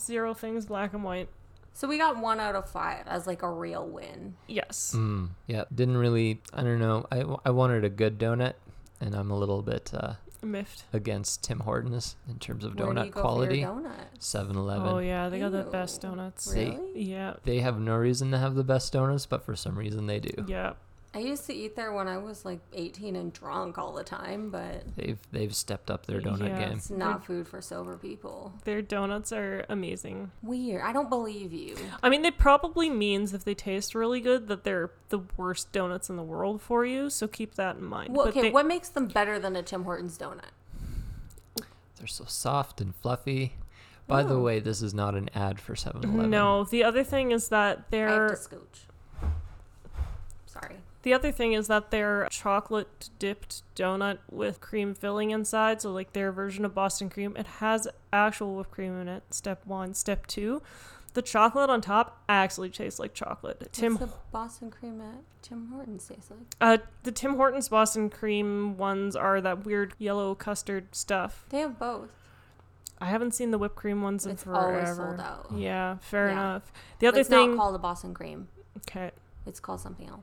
S2: zero things black and white.
S3: So we got one out of five as like a real win.
S2: Yes.
S1: Mm, yeah, didn't really. I don't know. I, I wanted a good donut, and I'm a little bit uh,
S2: Miffed.
S1: against Tim Hortons in terms of
S3: Where do
S1: donut
S3: you go
S1: quality.
S3: For your donut?
S1: 7-Eleven.
S2: Oh yeah, they got the best
S3: Ew.
S2: donuts.
S1: Really?
S3: Really?
S2: Yeah.
S1: They have no reason to have the best donuts, but for some reason they do.
S2: Yeah.
S3: I used to eat there when I was like 18 and drunk all the time, but
S1: They've they've stepped up their donut
S2: Yeah.
S1: game.
S3: it's not food for sober people.
S2: Their donuts are amazing.
S3: Weird. I don't believe you.
S2: I mean, that probably means if they taste really good that they're the worst donuts in the world for you. So keep that in mind.
S3: Well,
S2: But
S3: okay,
S2: they-
S3: what makes them better than a Tim Hortons donut?
S1: They're so soft and fluffy. By
S3: Oh.
S1: the way, this is not an ad for 7-Eleven.
S2: No, the other thing is that
S3: I have to
S2: they're
S3: scooch. Sorry.
S2: the other thing is that they're chocolate dipped donut with cream filling inside. So like their version of Boston cream, it has actual whipped cream in it. Step one, step two, the chocolate on top actually tastes like chocolate. Tim
S3: What's the Boston cream at Tim Hortons tastes like?
S2: Uh, the Tim Hortons Boston cream ones are that weird yellow custard stuff.
S3: They have both.
S2: I haven't seen the whipped cream ones in
S3: It's
S2: forever.
S3: always sold out.
S2: Yeah, fair
S3: Yeah.
S2: enough. The
S3: But
S2: other
S3: it's
S2: thing,
S3: not called a Boston cream.
S2: okay.
S3: It's called something else.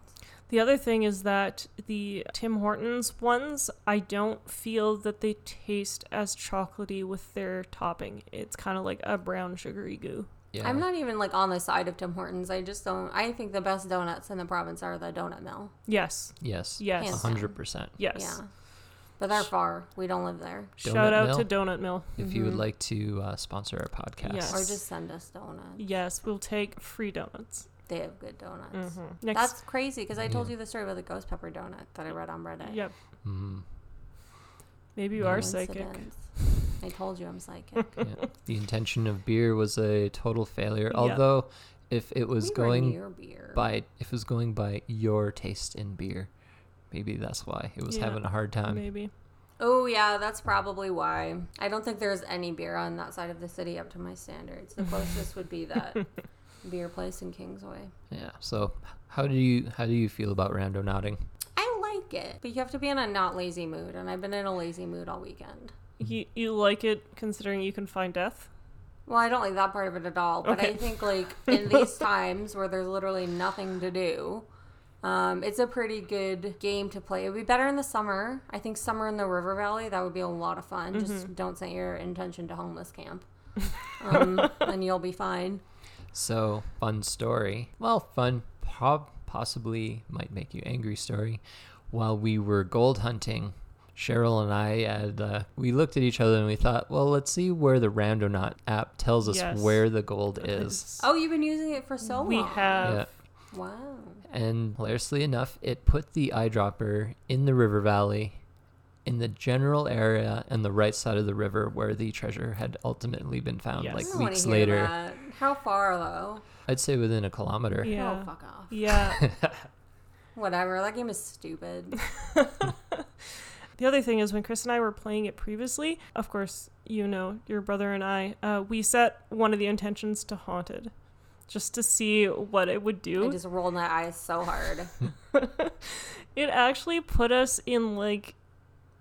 S2: The other thing is that the Tim Hortons ones, I don't feel that they taste as chocolatey with their topping. It's kind of like a brown sugary goo.
S1: Yeah.
S3: I'm not even like on the side of Tim Hortons. I just don't. I think the best donuts in the province are the donut mill.
S2: Yes,
S1: Yes.
S2: Yes.
S1: A
S2: Hands
S3: down.
S1: 100%.
S2: yes.
S3: Yeah, but they're far. We don't live there.
S2: Shout
S1: Donut
S2: out
S1: Mill?
S2: to Donut Mill.
S1: If you would like to uh, sponsor our podcast.
S3: Or
S2: Yes.
S3: just send us donuts.
S2: Yes, we'll take free donuts.
S3: They have good donuts.
S2: Mm-hmm. Next,
S3: That's crazy because I told you the story about the ghost pepper donut that I read on Reddit.
S2: yep.
S1: Mm-hmm.
S2: Maybe you are psychic.
S3: Coincidence. I told you I'm psychic.
S1: Yeah. The intention of beer was a total failure.
S2: Yeah.
S1: Although, if it [laughs] was
S3: We were
S1: going
S3: near beer.
S1: by if it was going by your taste in beer, maybe that's why it was
S2: Yeah,
S1: having a hard time.
S2: Maybe.
S3: Oh yeah, that's probably why. I don't think there's any beer on that side of the city up to my standards. The closest
S2: [laughs]
S3: would be that beer place in Kingsway.
S1: Yeah. So, how do you how do you feel about rando nodding?
S3: I like it, but you have to be in a not lazy mood, and I've been in a lazy mood all weekend.
S2: You, you like it considering you can find death?
S3: Well, I don't like that part of it at all. But
S2: Okay.
S3: I think like
S2: [laughs]
S3: in these times where there's literally nothing to do, um, it's a pretty good game to play. It would be better in the summer. I think summer in the River Valley that would be a lot of fun.
S2: Mm-hmm.
S3: Just don't set your intention to homeless
S2: [laughs]
S3: camp, um, and you'll be fine.
S1: So, fun story. Well, fun, prob- possibly might make you angry story. While we were gold hunting, Cheryl and I had, uh, we looked at each other and we thought, well, let's see where the Randonaut app tells us
S2: Yes.
S1: where the gold is.
S3: Oh, you've been using it for so
S2: we
S3: long.
S2: have
S1: Yeah.
S3: Wow.
S1: And hilariously enough, it put the eyedropper in the river valley in the general area and the right side of the river where the treasure had ultimately been found
S2: Yes. I
S1: like
S2: don't
S3: I want
S1: weeks
S3: to hear
S1: later.
S3: that. How far though?
S1: I'd say within a kilometer.
S2: yeah
S3: Oh, fuck off.
S2: yeah
S3: Whatever. That game is stupid.
S2: The other thing is when Chris and I were playing it previously, of course, you know, your brother and I, uh, we set one of the intentions to haunted just to see what it would
S3: I
S2: do.
S3: just rolled my eyes so hard.
S2: It actually put us in like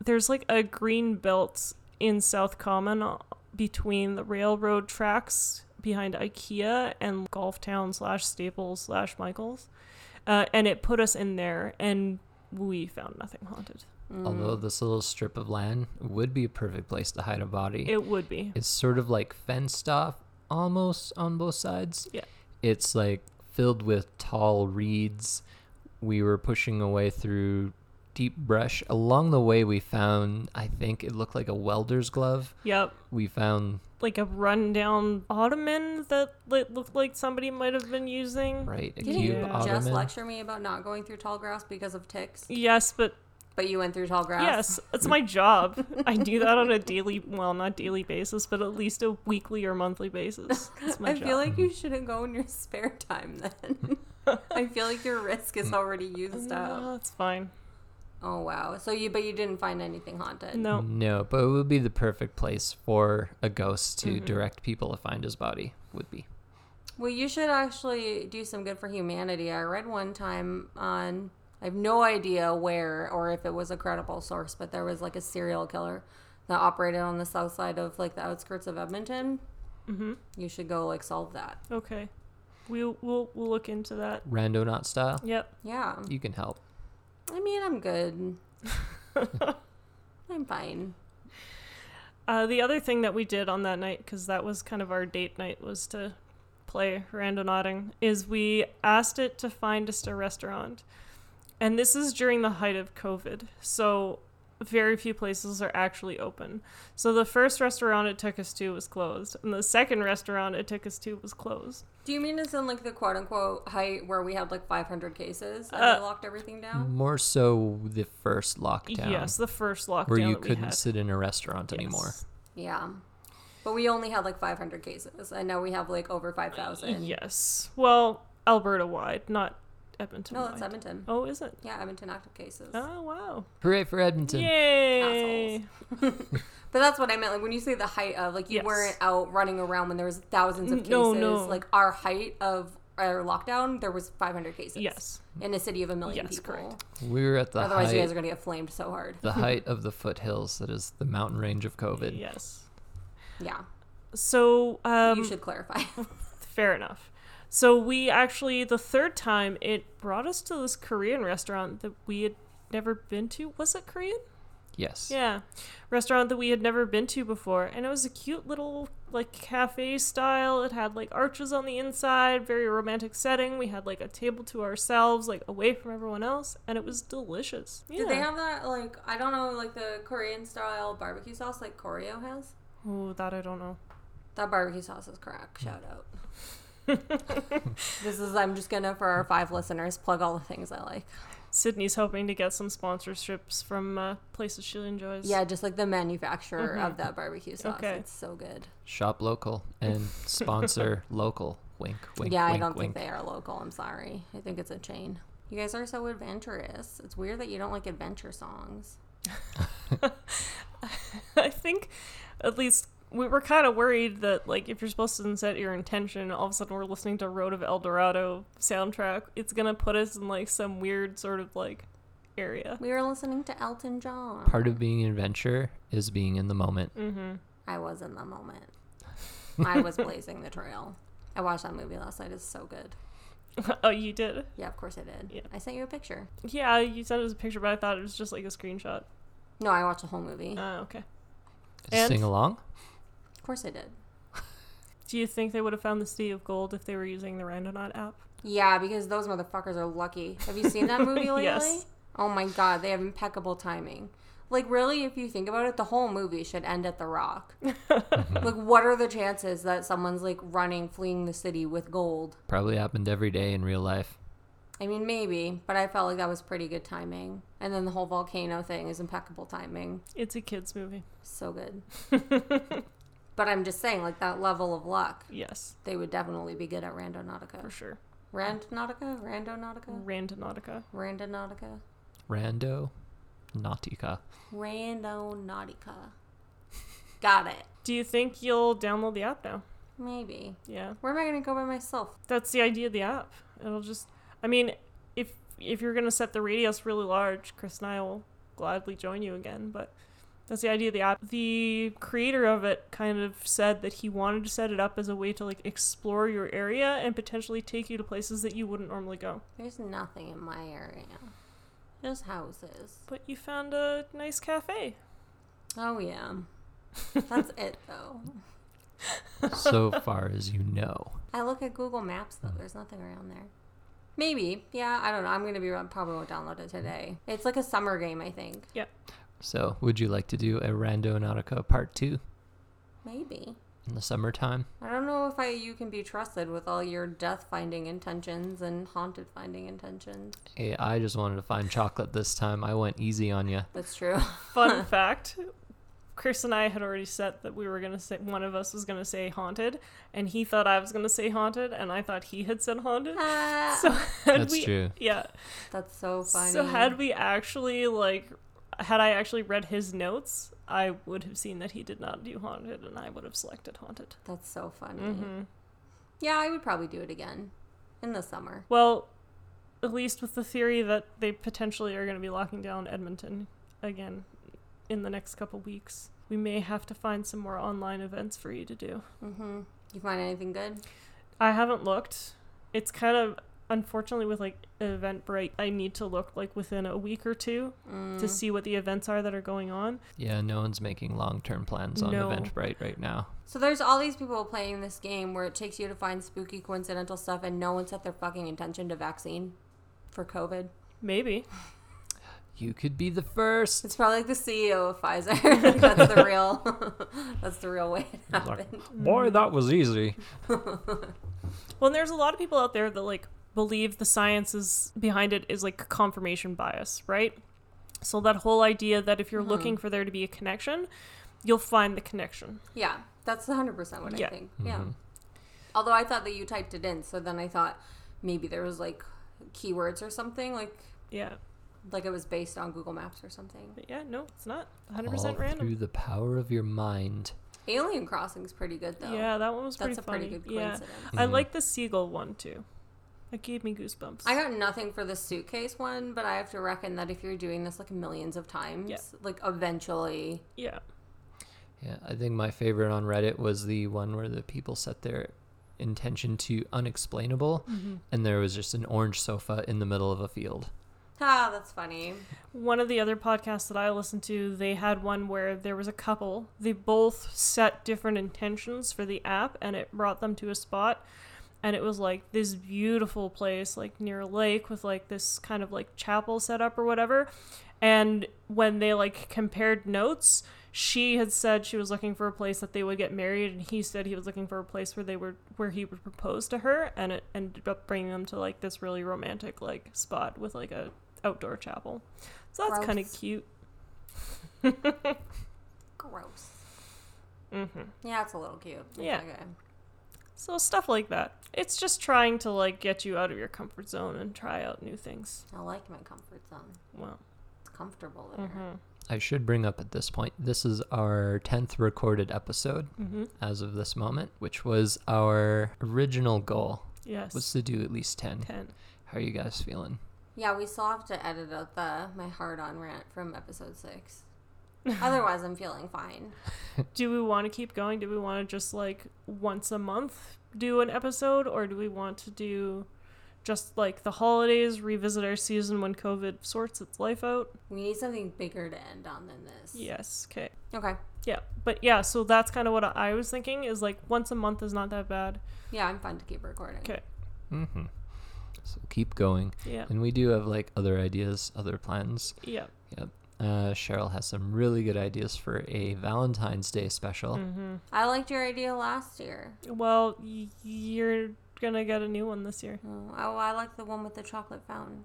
S2: there's like a green belt in South Common uh, between the railroad tracks behind IKEA and Golf Town slash Staples slash Michaels. Uh, and it put us in there and we found nothing haunted.
S1: Although
S3: Mm.
S1: this little strip of land would be a perfect place to hide a body.
S2: It would be.
S1: it's sort of like fenced off almost on both sides.
S2: Yeah.
S1: It's like filled with tall reeds. We were pushing away through deep brush. Along the way, we found, I think it looked like a welder's glove.
S2: Yep.
S1: We found,
S2: like a rundown ottoman that li- looked like somebody might have been using.
S1: right, a
S3: Didn't
S1: cube
S3: you
S1: ottoman.
S3: just lecture me about not going through tall grass because of ticks?
S2: Yes, but
S3: But you went through tall grass.
S2: yes, it's my job. I do that on a daily, well, not daily basis, but at least a weekly or monthly basis. It's my
S3: I
S2: job.
S3: feel like you shouldn't go in your [laughs] spare time
S2: [laughs]
S3: then. I feel like your risk is already used
S2: no,
S3: up.
S2: it's fine.
S3: Oh wow. So you but you didn't find anything haunted.
S2: No,
S1: No, but it would be the perfect place for a ghost to
S3: Mm-hmm.
S1: direct people to find his body, would be.
S3: Well, you should actually do some good for humanity. I read one time on I have no idea where or if it was a credible source, but there was like a serial killer that operated on the south side of like the outskirts of Edmonton. Mm-hmm. You should go like solve that.
S2: okay. We we'll we'll look into that.
S1: Randonaut style.
S2: Yep.
S3: Yeah.
S1: You can help.
S3: I mean, I'm [laughs] good. I'm fine.
S2: Uh, the other thing that we did on that night, because that was kind of our date night, was to play randonauting, is we asked it to find us a restaurant. And this is during the height of COVID, so very few places are actually open. So the first restaurant it took us to was closed, and the second restaurant it took us to was closed.
S3: Do you mean it's in like the quote unquote height where we had like 500 cases and
S2: Uh,
S3: they locked everything down?
S1: More so the first lockdown.
S2: Yes, the first lockdown
S1: where you
S2: that we
S1: couldn't
S2: had.
S1: sit in a restaurant
S2: Yes.
S1: anymore.
S2: mm-hmm.
S3: Yeah. But we only had like 500 cases and now we have like over 5,000.
S2: Yes. Well, Alberta wide, not Edmonton.
S3: No, that's
S2: wide.
S3: Edmonton.
S2: Oh, is it?
S3: Yeah, Edmonton active cases.
S2: Oh, wow.
S1: Hooray for Edmonton.
S2: Yay!
S3: Assholes. But that's what I meant. Like when you say the height of, like you
S2: Yes.
S3: weren't out running around when there was thousands of cases.
S2: No, no.
S3: Like our height of our lockdown, there was 500 cases.
S2: Yes.
S3: In a city of a million
S2: Yes,
S3: people.
S2: correct.
S1: We were at the
S3: Otherwise,
S1: height,
S3: you guys are gonna get flamed so hard. [laughs]
S1: the height of the foothills that is the mountain range of COVID.
S2: Yes.
S3: Yeah,
S2: So um,
S3: you should clarify. [laughs]
S2: fair enough. So we actually the third time it brought us to this Korean restaurant that we had never been to. Was it Korean?
S1: Yes.
S2: Yeah, restaurant that we had never been to before, and it was a cute little like cafe style. It had like arches on the inside, very romantic setting. We had like a table to ourselves, like away from everyone else, and it was delicious. Yeah.
S3: Did they have that like I don't know like the Korean style barbecue sauce like Koryo has?
S2: Oh, that I don't know.
S3: That barbecue sauce is crack. Shout
S2: [laughs]
S3: out. this is I'm just gonna for our five listeners plug all the things I like.
S2: Sydney's hoping to get some sponsorships from uh, places she enjoys.
S3: Yeah, just like the manufacturer of that barbecue sauce.
S2: Mm-hmm. Okay.
S3: It's so good.
S1: Shop local and
S2: [laughs]
S1: sponsor local. Wink, wink,
S3: yeah,
S1: wink,
S3: I don't
S1: wink.
S3: think they are local. I'm sorry. I think it's a chain. You guys are so adventurous. It's weird that you don't like adventure songs.
S2: [laughs] I think at least we were kind of worried that like if you're supposed to set your intention, all of a sudden we're listening to Road of El Dorado soundtrack. It's gonna put us in like some weird sort of like area. [laughs]
S3: We were listening to Elton John.
S2: Mm.
S1: Part of being an adventure is being in the moment.
S3: I was in the moment. I was blazing the trail. I watched that movie last night. It's so good.
S2: oh, you did?
S3: Yeah, of course I did.
S2: Yeah.
S3: I sent you a picture.
S2: Yeah, you sent us a picture, but I thought it was just like a screenshot.
S3: No, I watched the whole movie.
S2: Oh, okay. And-
S1: Sing along?
S3: Of course I did.
S2: Do you think they would have found the City of Gold if they were using the Randonaut app?
S3: Yeah, because those motherfuckers are lucky. Have you seen
S2: [laughs]
S3: that movie lately?
S2: Yes.
S3: Oh my god, they have impeccable timing. Like really, if you think about it, the whole movie should end at
S2: [laughs]
S3: the rock. like what are the chances that someone's like running, fleeing the city with gold?
S1: Probably happened every day in real life.
S3: I mean maybe, but I felt like that was pretty good timing. And then the whole volcano thing is impeccable timing.
S2: It's a kids' movie. [laughs]
S3: So good. but I'm just saying, like that level of luck,
S2: Yes,
S3: they would definitely be good at
S2: for
S3: Randonautica.
S2: sure.
S3: Randonautica?
S2: Mm.
S3: Randonautica?
S2: Randonautica.
S3: Randonautica?
S1: Rando
S2: [laughs]
S1: Nautica.
S3: Randonautica. Got it.
S2: Do you think you'll download the app now?
S3: Maybe.
S2: Yeah.
S3: Where am I gonna go by myself?
S2: That's the idea of the app. It'll just I mean, if if you're gonna set the radius really large, Chris and I will gladly join you again, but that's the idea of the app. The creator of it kind of said that he wanted to set it up as a way to like explore your area and potentially take you to places that you wouldn't normally go.
S3: There's nothing in my area. Just houses.
S2: But you found a nice cafe.
S3: Oh yeah. That's it though.
S1: So far as you know.
S3: I look at Google Maps though. There's nothing around there. Maybe. Yeah, I don't know. I'm gonna be probably won't download it today. It's like a summer game, I think.
S2: Yeah.
S1: So, would you like to do a Rando Nautica part two
S3: Maybe.
S1: in the summertime?
S3: I don't know if I you can be trusted with all your death finding intentions and haunted finding intentions.
S1: Hey, Eh, I just wanted to find chocolate this time. I went easy on you.
S3: That's true.
S2: Fun fact. Chris and I had already set that we were gonna say one of us was gonna say haunted, and he thought I was gonna say haunted, and I thought he had said haunted.
S3: Ah,
S2: [laughs] So had
S1: That's
S2: we,
S1: true.
S2: Yeah.
S3: that's so funny.
S2: So had we actually like, had I actually read his notes, I would have seen that he did not do haunted, and I would have selected haunted.
S3: That's so funny.
S2: Mm-hmm.
S3: Yeah, I would probably do it again in the summer.
S2: Well, at least with the theory that they potentially are going to be locking down Edmonton again in the next couple weeks, we may have to find some more online events for you to do.
S3: Mm-hmm. You find anything good?
S2: I haven't looked. It's kind of unfortunately with like Eventbrite, I need to look like within a week or two
S3: Mm.
S2: to see what the events are that are going on.
S1: Yeah, no one's making long term plans on
S2: No.
S1: Eventbrite right now.
S3: So there's all these people playing this game where it takes you to find spooky coincidental stuff and no one set their fucking intention to vaccine for COVID.
S2: Maybe.
S1: You could be the first.
S3: It's probably like the CEO of Pfizer. [laughs] that's the real [laughs] that's the real way it happened.
S2: Mm.
S1: Boy, that was easy.
S2: Well, and there's a lot of people out there that like believe the science is behind it is like confirmation bias, right? So that whole idea that if you're
S3: Mm-hmm.
S2: looking for there to be a connection, you'll find the connection.
S3: Yeah. That's hundred percent what
S2: Yeah. Mm-hmm.
S3: I think.
S1: Mm-hmm.
S3: Yeah. Although I thought that you typed it in, so then I thought maybe there was like keywords or something, like
S2: Yeah.
S3: like it was based on Google Maps or something.
S2: But yeah, no, it's not 100%
S1: All
S2: random.
S1: through the power of your mind.
S3: Alien Crossing's pretty good though.
S2: Yeah, that one was
S3: That's
S2: pretty
S3: a pretty
S2: funny.
S3: good
S2: yeah.
S3: coincidence.
S2: I
S1: Mm-hmm.
S2: like the seagull one too. That gave me goosebumps.
S3: I got nothing for the suitcase one, but I have to reckon that if you're doing this like millions of times,
S2: Yeah.
S3: like eventually,
S2: yeah.
S1: Yeah, I think my favorite on Reddit was the one where the people set their intention to unexplainable,
S2: Mm-hmm.
S1: and there was just an orange sofa in the middle of a field.
S3: ah, that's funny.
S2: One of the other podcasts that I listened to, they had one where there was a couple. They both set different intentions for the app and it brought them to a spot. And it was like this beautiful place, like near a lake with like this kind of like chapel set up or whatever. And when they like compared notes, she had said she was looking for a place that they would get married, and he said he was looking for a place where they were where he would propose to her, and it ended up bringing them to like this really romantic like spot with like a outdoor chapel. So that's kind of
S3: Gross.
S2: cute.
S3: Gross. Mm-hmm. Yeah, it's a little cute. It's
S2: Yeah.
S3: okay.
S2: So stuff like that. It's just trying to like get you out of your comfort zone and try out new things.
S3: I like my comfort zone.
S2: Well,
S3: It's comfortable there.
S2: Mm-hmm.
S1: I should bring up at this point this is our 10th recorded episode
S2: mm-hmm.
S1: as of this moment, which was our original goal
S2: yes.
S1: was to do at least 10.
S2: 10.
S1: How are you guys feeling?
S2: [laughs]
S3: Yeah, we still have to edit out the my hard on rant from episode six. Otherwise, I'm feeling fine.
S2: Do we want to keep going? Do we want to just like once a month do an episode, or do we want to do just like the holidays, revisit our season when COVID sorts its life out?
S3: We need something bigger to end on than this.
S2: Yes. Okay.
S3: Okay.
S2: Yeah. But yeah, so that's kind of what I was thinking is like once a month is not that bad.
S3: Yeah, I'm fine to keep recording.
S2: Okay.
S1: Mm-hmm. So keep going.
S2: Yeah.
S1: And we do have like other ideas, other plans.
S2: Yeah.
S1: Yep. Uh, Cheryl has some really good ideas for a Valentine's Day special.
S3: Mm.
S2: Mm-hmm.
S3: I liked your idea last year.
S2: Well, y- you're gonna get a new one this year.
S3: Oh, oh, I like the one with the chocolate fountain.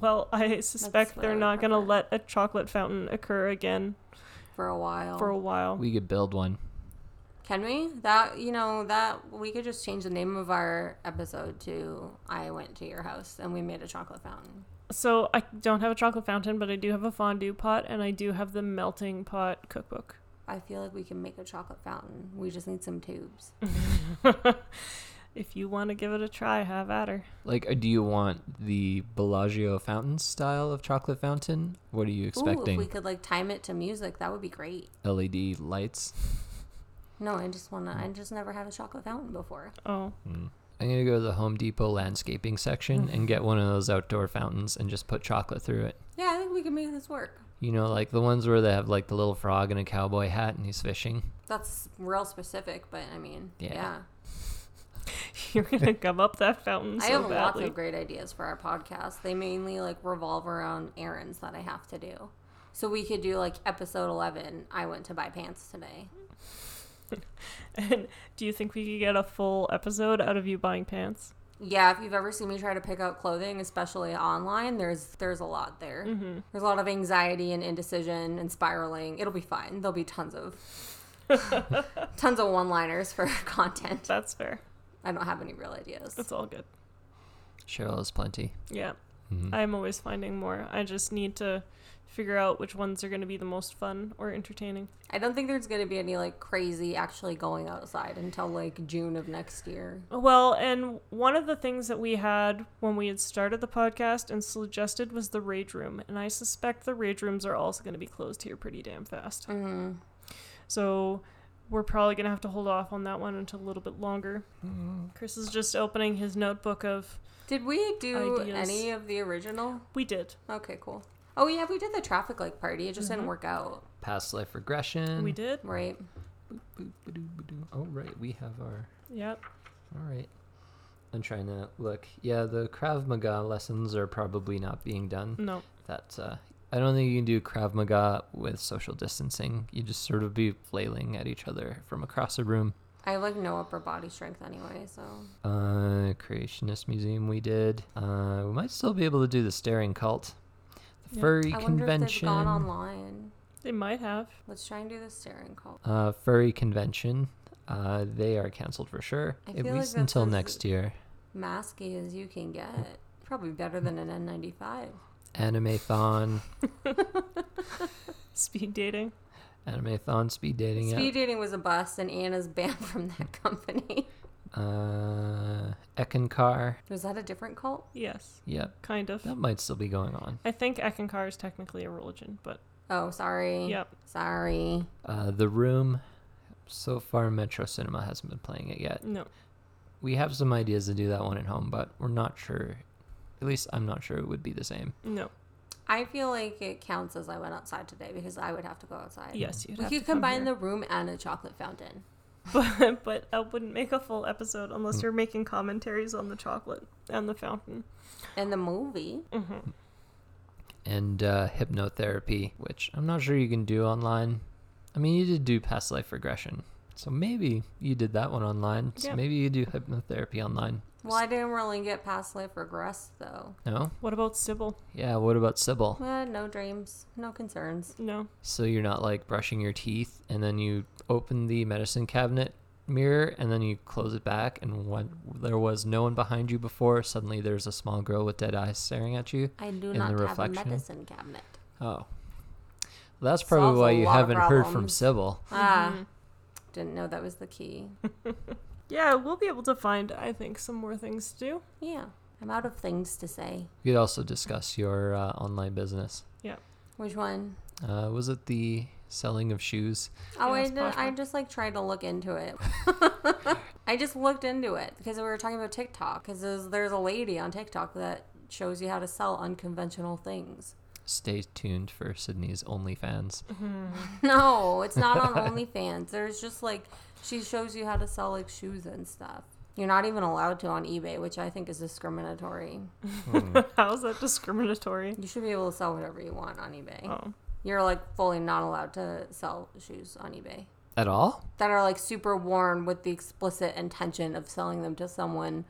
S2: Well, I suspect
S3: what
S2: they're
S3: I
S2: not gonna
S3: prefer.
S2: let a chocolate fountain occur again
S3: for a while.
S2: for a while.
S1: We could build one.
S3: Can we? That you know that we could just change the name of our episode to "I went to your house and we made a chocolate fountain."
S2: so I don't have a chocolate fountain, but I do have a fondue pot and I do have the melting pot cookbook. [laughs]
S3: I feel like we can make a chocolate fountain. We just need some tubes.
S2: if you want to give it a try, have at her.
S1: Like, uh, do you want the Bellagio fountain style of chocolate fountain? What are you expecting?
S3: Ooh, if we could like time it to music, that would be great.
S1: LED lights?
S3: No, I just wanna. I just never had a chocolate fountain before.
S2: Oh, [laughs]
S1: I'm gonna go to the Home Depot landscaping section
S3: Mm.
S1: and get one of those outdoor fountains and just put chocolate through it.
S3: Yeah, I think we can make this work.
S1: You know, like the ones where they have like the little frog in a cowboy hat and he's fishing.
S3: That's real specific, but I mean,
S1: Yeah.
S3: yeah.
S2: you're
S3: [laughs]
S2: gonna gum up that [laughs] fountain so
S3: I have
S2: badly.
S3: lots of great ideas for our podcast. They mainly like revolve around errands that I have to do. So we could do like episode 11, I went to buy pants today.
S2: and do you think we could get a full episode out of you buying pants?
S3: Yeah, if you've ever seen me try to pick out clothing, especially online, there's there's a lot there.
S2: Mm. Mm-hmm.
S3: There's a lot of anxiety and indecision and spiraling. It'll be fine. There'll be tons of
S2: [laughs]
S3: tons of one-liners for [laughs] content.
S2: That's fair.
S3: I don't have any real ideas.
S2: It's all good.
S1: Cheryl has plenty. Mm-hmm.
S2: Yeah. I'm always finding more. I just need to figure out which ones are going to be the most fun or entertaining.
S3: I don't think there's going to be any like crazy actually going outside until like June of next year.
S2: Well, and one of the things that we had when we had started the podcast and suggested was the rage room, and I suspect the rage rooms are also going to be closed here pretty damn fast. Mm-hmm. So we're probably going to have to hold off on that one until a little bit longer. Chris is just opening his notebook of
S3: Did we do
S2: Ideas.
S3: any of the original?
S2: we did,
S3: Okay, cool. Oh yeah, we did the traffic light party. It just didn't
S2: Mm-hmm.
S3: work out,
S1: Past life regression.
S2: we did,
S3: right?
S1: Boop, ba-doo, ba-doo. Oh right, we have our.
S2: yep.
S1: All right. I'm trying to look. Yeah, the Krav Maga lessons are probably not being done.
S2: No,
S1: That uh, I don't think you can do Krav Maga with social distancing. You just sort of be flailing at each other from across a room.
S3: I have like no upper body strength anyway, so
S1: Uh, Creationist Museum we did. Uh, we might still be able to do the Staring Cult, the
S2: Yeah.
S1: furry
S3: I wonder if they've
S1: convention.
S3: gone online.
S2: they might have. [laughs]
S3: Let's try and do the staring call.
S1: Uh, furry convention. Uh, they are canceled for sure.
S3: I
S1: at
S3: feel like
S1: least
S3: that
S1: until
S3: says-
S1: next year.
S3: Masky as you can get, probably better than an N95.
S1: Anime thon.
S2: Speed dating.
S1: Anime thon speed dating. app.
S3: Speed dating was a bust, and Anna's [laughs] banned from that company.
S1: Uh, Ekankar.
S3: was that a different cult?
S2: Yes,
S1: Yep,
S2: kind of.
S1: that might still be going on.
S2: I think Ekankar is technically a religion, but
S3: Oh, sorry.
S2: Yep.
S3: Sorry.
S1: Uh, the Room. So far, Metro Cinema hasn't been playing it yet.
S2: no.
S1: We have some ideas to do that one at home, but we're not sure. At least I'm not sure it would be the same.
S2: No.
S3: I feel like it counts as I went outside today because I would have to go outside.
S2: Yes, you'd
S3: We
S2: have
S3: could
S2: to come
S3: combine
S2: here.
S3: the room and a chocolate fountain.
S2: but [laughs] but I wouldn't make a full episode unless you're making commentaries on the chocolate and the fountain.
S3: And the movie.
S2: Mm-hmm.
S1: And uh, hypnotherapy, which I'm not sure you can do online. I mean, you did do past life regression, so maybe you did that one online. So
S2: Yeah.
S1: maybe you do hypnotherapy online.
S3: Well, I didn't really get past life regress though.
S1: No?
S2: What about Sybil?
S1: Yeah. What about Sybil?
S3: Uh, no dreams, no concerns.
S2: No.
S1: So you're not like brushing your teeth and then you open the medicine cabinet mirror and then you close it back and when there was no one behind you before, suddenly there's a small girl with dead eyes staring at you.
S3: I do
S1: In the
S3: not have
S1: reflection?
S3: a medicine cabinet.
S1: Oh. That's probably
S3: Solves
S1: why
S3: a
S1: you
S3: lot of
S1: haven't heard from
S3: problems.
S1: Sybil.
S3: Ah,
S2: Mm-hmm.
S3: didn't know that was the key.
S2: Yeah, we'll be able to find I think some more things to do. [laughs]
S3: yeah, I'm out of things to say.
S1: You could also discuss your uh, online business.
S2: Yeah.
S3: Which one?
S1: Uh, was it the selling of shoes?
S3: Oh,
S2: Yeah,
S3: I,
S2: it's
S3: did, I
S2: Poshmark.
S3: just like tried to look into [laughs] it. I just looked into it because we were talking about TikTok. Because there's, there's a lady on TikTok that shows you how to sell unconventional things.
S1: Stay tuned for Sydney's OnlyFans.
S3: [laughs] No, it's not on OnlyFans. There's just like she shows you how to sell like shoes and stuff. You're not even allowed to on eBay, which I think is discriminatory.
S2: How is that [laughs] discriminatory?
S3: You should be able to sell whatever you want on eBay.
S2: Oh.
S3: You're like fully not allowed to sell shoes on eBay
S1: At all?
S3: that are like super worn with the explicit intention of selling them to someone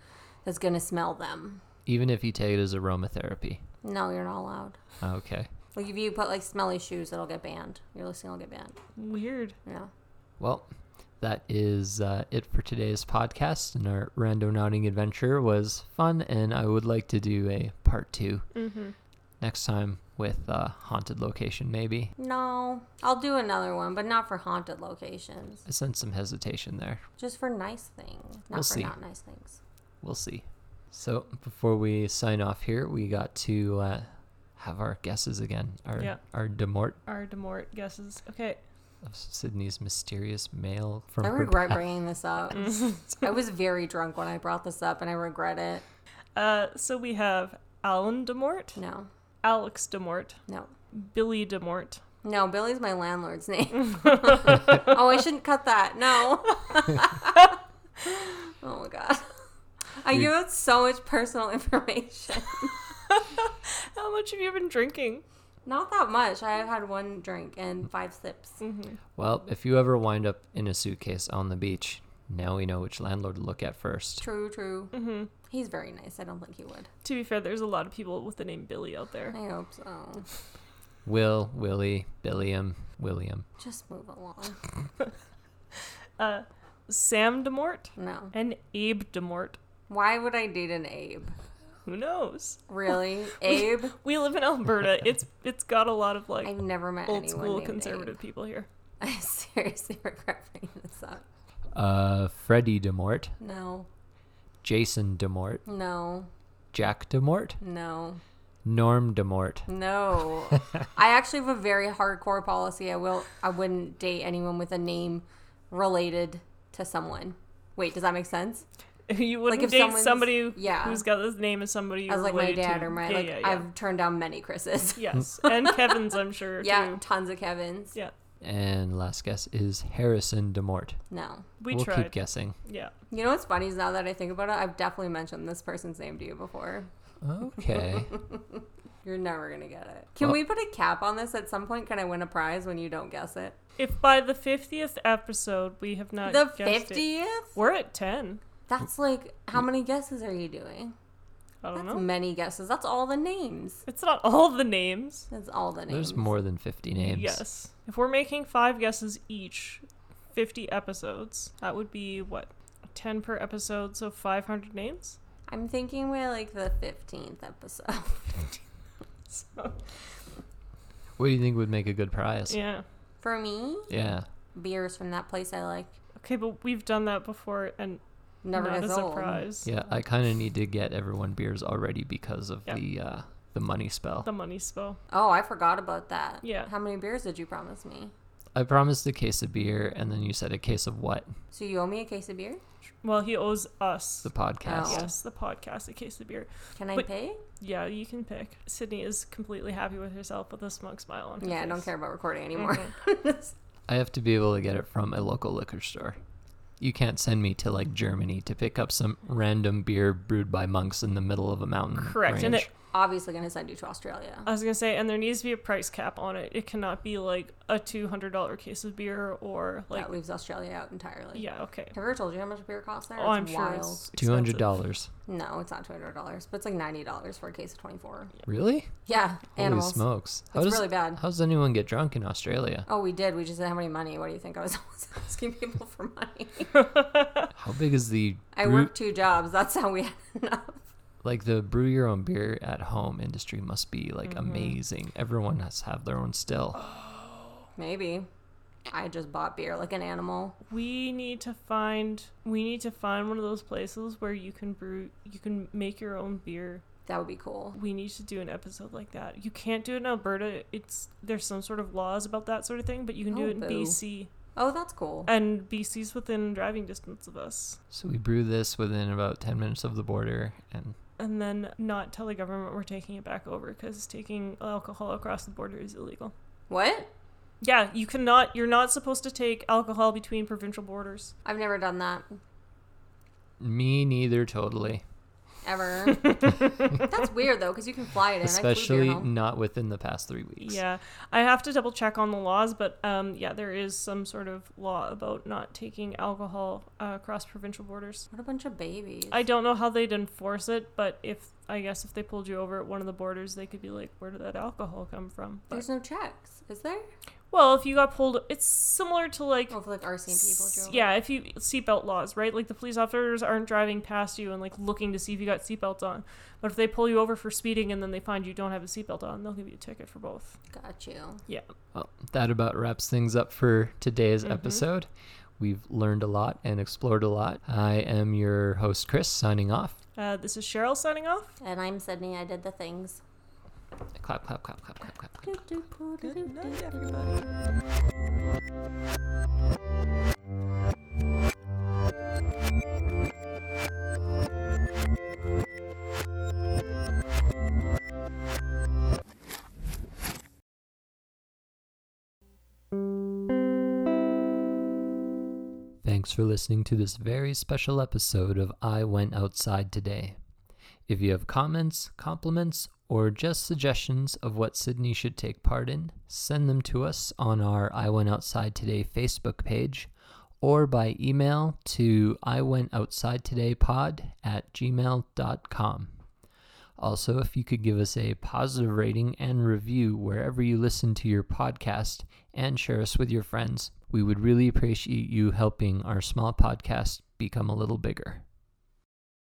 S3: that's going to smell them.
S1: Even if you take it as aromatherapy.
S3: No, you're not allowed.
S1: Okay.
S3: Like if you put like smelly shoes, it'll get banned. Your listing will get banned.
S2: Weird.
S3: Yeah.
S1: Well, that is uh, it for today's podcast, and our rando nodding adventure was fun, and I would like to do a part 2
S2: Mm-hmm.
S1: next time with uh, haunted location, maybe.
S3: No, I'll do another one, but not for haunted locations.
S1: I sense some hesitation there.
S3: Just for nice things, not
S1: We'll
S3: for
S1: see.
S3: not nice things.
S1: We'll see. So before we sign off here, we got to uh, have our guesses again. Our
S2: Yeah.
S1: our Demort
S2: Our Demort guesses. Okay.
S1: of Sydney's mysterious mail from
S3: I
S1: her
S3: regret
S1: past.
S3: bringing this up.
S2: Mm-hmm.
S3: I was very drunk when I brought this up, and I regret it.
S2: [laughs] Uh, so we have Alan Demort,
S3: No,
S2: Alex Demort,
S3: no,
S2: Billy Demort.
S3: no. Billy's my landlord's name. [laughs] oh, I shouldn't cut that. No. [laughs] oh my god. I
S1: You-
S3: give out so much personal [laughs] information.
S2: How much have you been drinking?
S3: Not that much. I have had one drink and five sips.
S2: Mm-hmm.
S1: Well, if you ever wind up in a suitcase on the beach, now we know which landlord to look at first.
S3: True, true. He's very nice. I don't think he would.
S2: Mm-hmm. To be fair, there's a lot of people with the name Billy out there.
S3: I hope so.
S1: Will, Willie, Billiam, William.
S3: Just move along.
S2: Sam Demort
S3: No.
S2: and Abe Demort.
S3: Why would I date an Abe?
S2: Who knows? [laughs]
S3: Really? Abe?
S2: We live in Alberta. It's it's got a lot of like
S3: I've never met
S2: old
S3: anyone.
S2: school
S3: named
S2: conservative
S3: Abe.
S2: people here.
S3: [laughs]
S2: [laughs]
S3: I seriously [laughs] regret bringing this up.
S1: Uh, Freddie Demort,
S3: No,
S1: Jason Demort,
S3: no,
S1: Jack Demort,
S3: no,
S1: Norm Demort.
S3: no. [laughs] I actually have a very hardcore policy. I will. I wouldn't date anyone with a name related to someone. Wait, does that make sense?
S2: you wouldn't
S3: if
S2: date
S3: someone's-
S2: somebody who-
S3: yeah.
S2: who's got the name of somebody you're
S3: As like my
S2: related
S3: dad
S2: to.
S3: or my
S2: yeah,
S3: like,
S2: yeah, yeah.
S3: I've turned down
S2: [laughs]
S3: many Chris's.
S2: yes, and Kevin's I'm sure
S3: Yeah,
S2: too.
S3: tons of Kevin's.
S2: Yeah,
S1: And last guess is Harrison Demort.
S3: No.
S2: we
S1: will
S2: tried.
S1: keep
S2: [laughs]
S1: guessing.
S2: yeah,
S3: You know what's funny is now that I think about it, I've definitely mentioned this person's name to you before.
S1: Okay.
S3: You're never gonna get it. Can
S1: Well-
S3: we put a cap on this at some point? Can I win a prize when you don't guess it?
S2: if by the fiftieth episode we have not
S3: The
S2: Uh, guessed it-
S3: fiftieth?
S2: we're at ten.
S3: That's like how many guesses are you doing?
S2: I don't
S3: That's
S2: know.
S3: many guesses. That's all the names.
S2: It's not all the names.
S3: That's all the names.
S1: There's more than 50 names.
S2: Yes, if we're making five guesses each, fifty episodes, that would be what ten per episode, so five hundred names. [laughs]
S3: I'm thinking we're like the fifteenth episode. [laughs]
S2: So
S1: What do you think would make a good prize?
S2: yeah,
S3: For me,
S1: Yeah.
S3: beers from that place I like
S2: okay, but we've done that before and
S3: never
S2: not
S3: gets
S2: as a
S3: old.
S2: prize.
S1: Yeah, I kind of need to get everyone beers already because of
S2: Yeah.
S1: the uh, the money spell.
S2: The money spell.
S3: Oh, I forgot about that.
S2: Yeah.
S3: How many beers did you promise me?
S1: I promised a case of beer, and then you said a case of what?
S3: So you owe me a case of beer?
S2: Well, he owes us.
S1: The podcast.
S3: Oh.
S2: Yes, the podcast, a case of beer.
S3: Can I
S2: But-
S3: pay?
S2: Yeah, you can pick. Sydney is completely happy with herself with a smug smile on her
S3: Yeah, I don't
S2: face.
S3: care about recording anymore.
S2: Mm-hmm.
S1: I have to be able to get it from a local liquor store. You can't send me to like Germany to pick up some random beer brewed by monks in the middle of a mountain.
S2: Correct, and
S1: range.
S2: it-
S3: [laughs] Obviously, gonna send you to Australia.
S2: I was going to say, and there needs to be a price cap on it. It cannot be like a $200 case of beer or like.
S3: that leaves Australia out entirely.
S2: Yeah, okay.
S3: Have I ever told you how much beer costs there?
S2: Oh, I'm
S3: It's
S2: sure.
S3: wild.
S2: It's
S1: two hundred
S2: expensive.
S1: dollars.
S3: No, it's not two hundred dollars, but it's like ninety dollars for a case of twenty four.
S1: Really?
S3: Yeah, animals.
S1: Holy smokes!
S3: It's really bad.
S1: How does anyone get drunk in Australia?
S3: Oh, we did. We just didn't have any money. What do you think? I was [laughs] always asking people for
S2: [laughs]
S3: money.
S1: How big is the
S3: Oh. I
S1: brew-
S3: worked two jobs. That's how we had [laughs] enough.
S1: like the brew your own beer at home industry must be like
S3: Mm-hmm.
S1: amazing. Everyone has to have their own still.
S3: Maybe. I just bought beer like an animal.
S2: We need to find we need to find one of those places where you can brew you can make your own beer.
S3: That would be cool.
S2: We need to do an episode like that. You can't do it in Alberta. It's there's some sort of laws about that sort of thing, but you can do
S3: Oh,
S2: it in
S3: boo.
S2: BC.
S3: Oh, that's cool.
S2: And BC's within driving distance of us.
S1: So we brew this within about 10 minutes of the border and
S2: And then not tell the government we're taking it back over because taking alcohol across the border is illegal.
S3: What?
S2: Yeah, you cannot. You're not supposed to take alcohol between provincial borders.
S3: I've never done that
S1: me neither totally.
S2: [laughs]
S3: ever. that's weird though, because you can fly it in. I flew
S1: Especially
S3: beer home.
S1: not within the past three weeks.
S2: Yeah, I have to double check on the laws, but um, yeah, there is some sort of law about not taking alcohol uh, across provincial borders.
S3: What a bunch of babies.
S2: I don't know how they'd enforce it, but if I guess if they pulled you over at one of the borders, they could be like, "Where did that alcohol come from?" But,
S3: There's no checks, is there?
S2: well, if you got pulled, it's similar to like.
S3: Oh, for like RC people.
S2: s-
S3: Joe.
S2: Yeah, if you seatbelt laws, right? Like the police officers aren't driving past you and like looking to see if you got seatbelts on. But if they pull you over for speeding and then they find you don't have a seatbelt on, they'll give you a ticket for both.
S3: Got you.
S2: Yeah.
S1: Well, that about wraps things up for today's
S3: Mm-hmm.
S1: episode. We've learned a lot and explored a lot. I am your host, Chris, signing off.
S2: Uh, this is Cheryl signing off.
S3: And I'm Sydney. I did the things.
S1: Clap, clap, clap, clap, clap, clap. clap.
S2: Good night, everybody.
S1: Thanks for listening to this very special episode of I Went Outside Today. If you have comments, compliments, or just suggestions of what Sydney should take part in, send them to us on our I Went Outside Today Facebook page or by email to I Went Outside Today pod at gmail.com. Also, if you could give us a positive rating and review wherever you listen to your podcast and share us with your friends, we would really appreciate you helping our small podcast become a little bigger.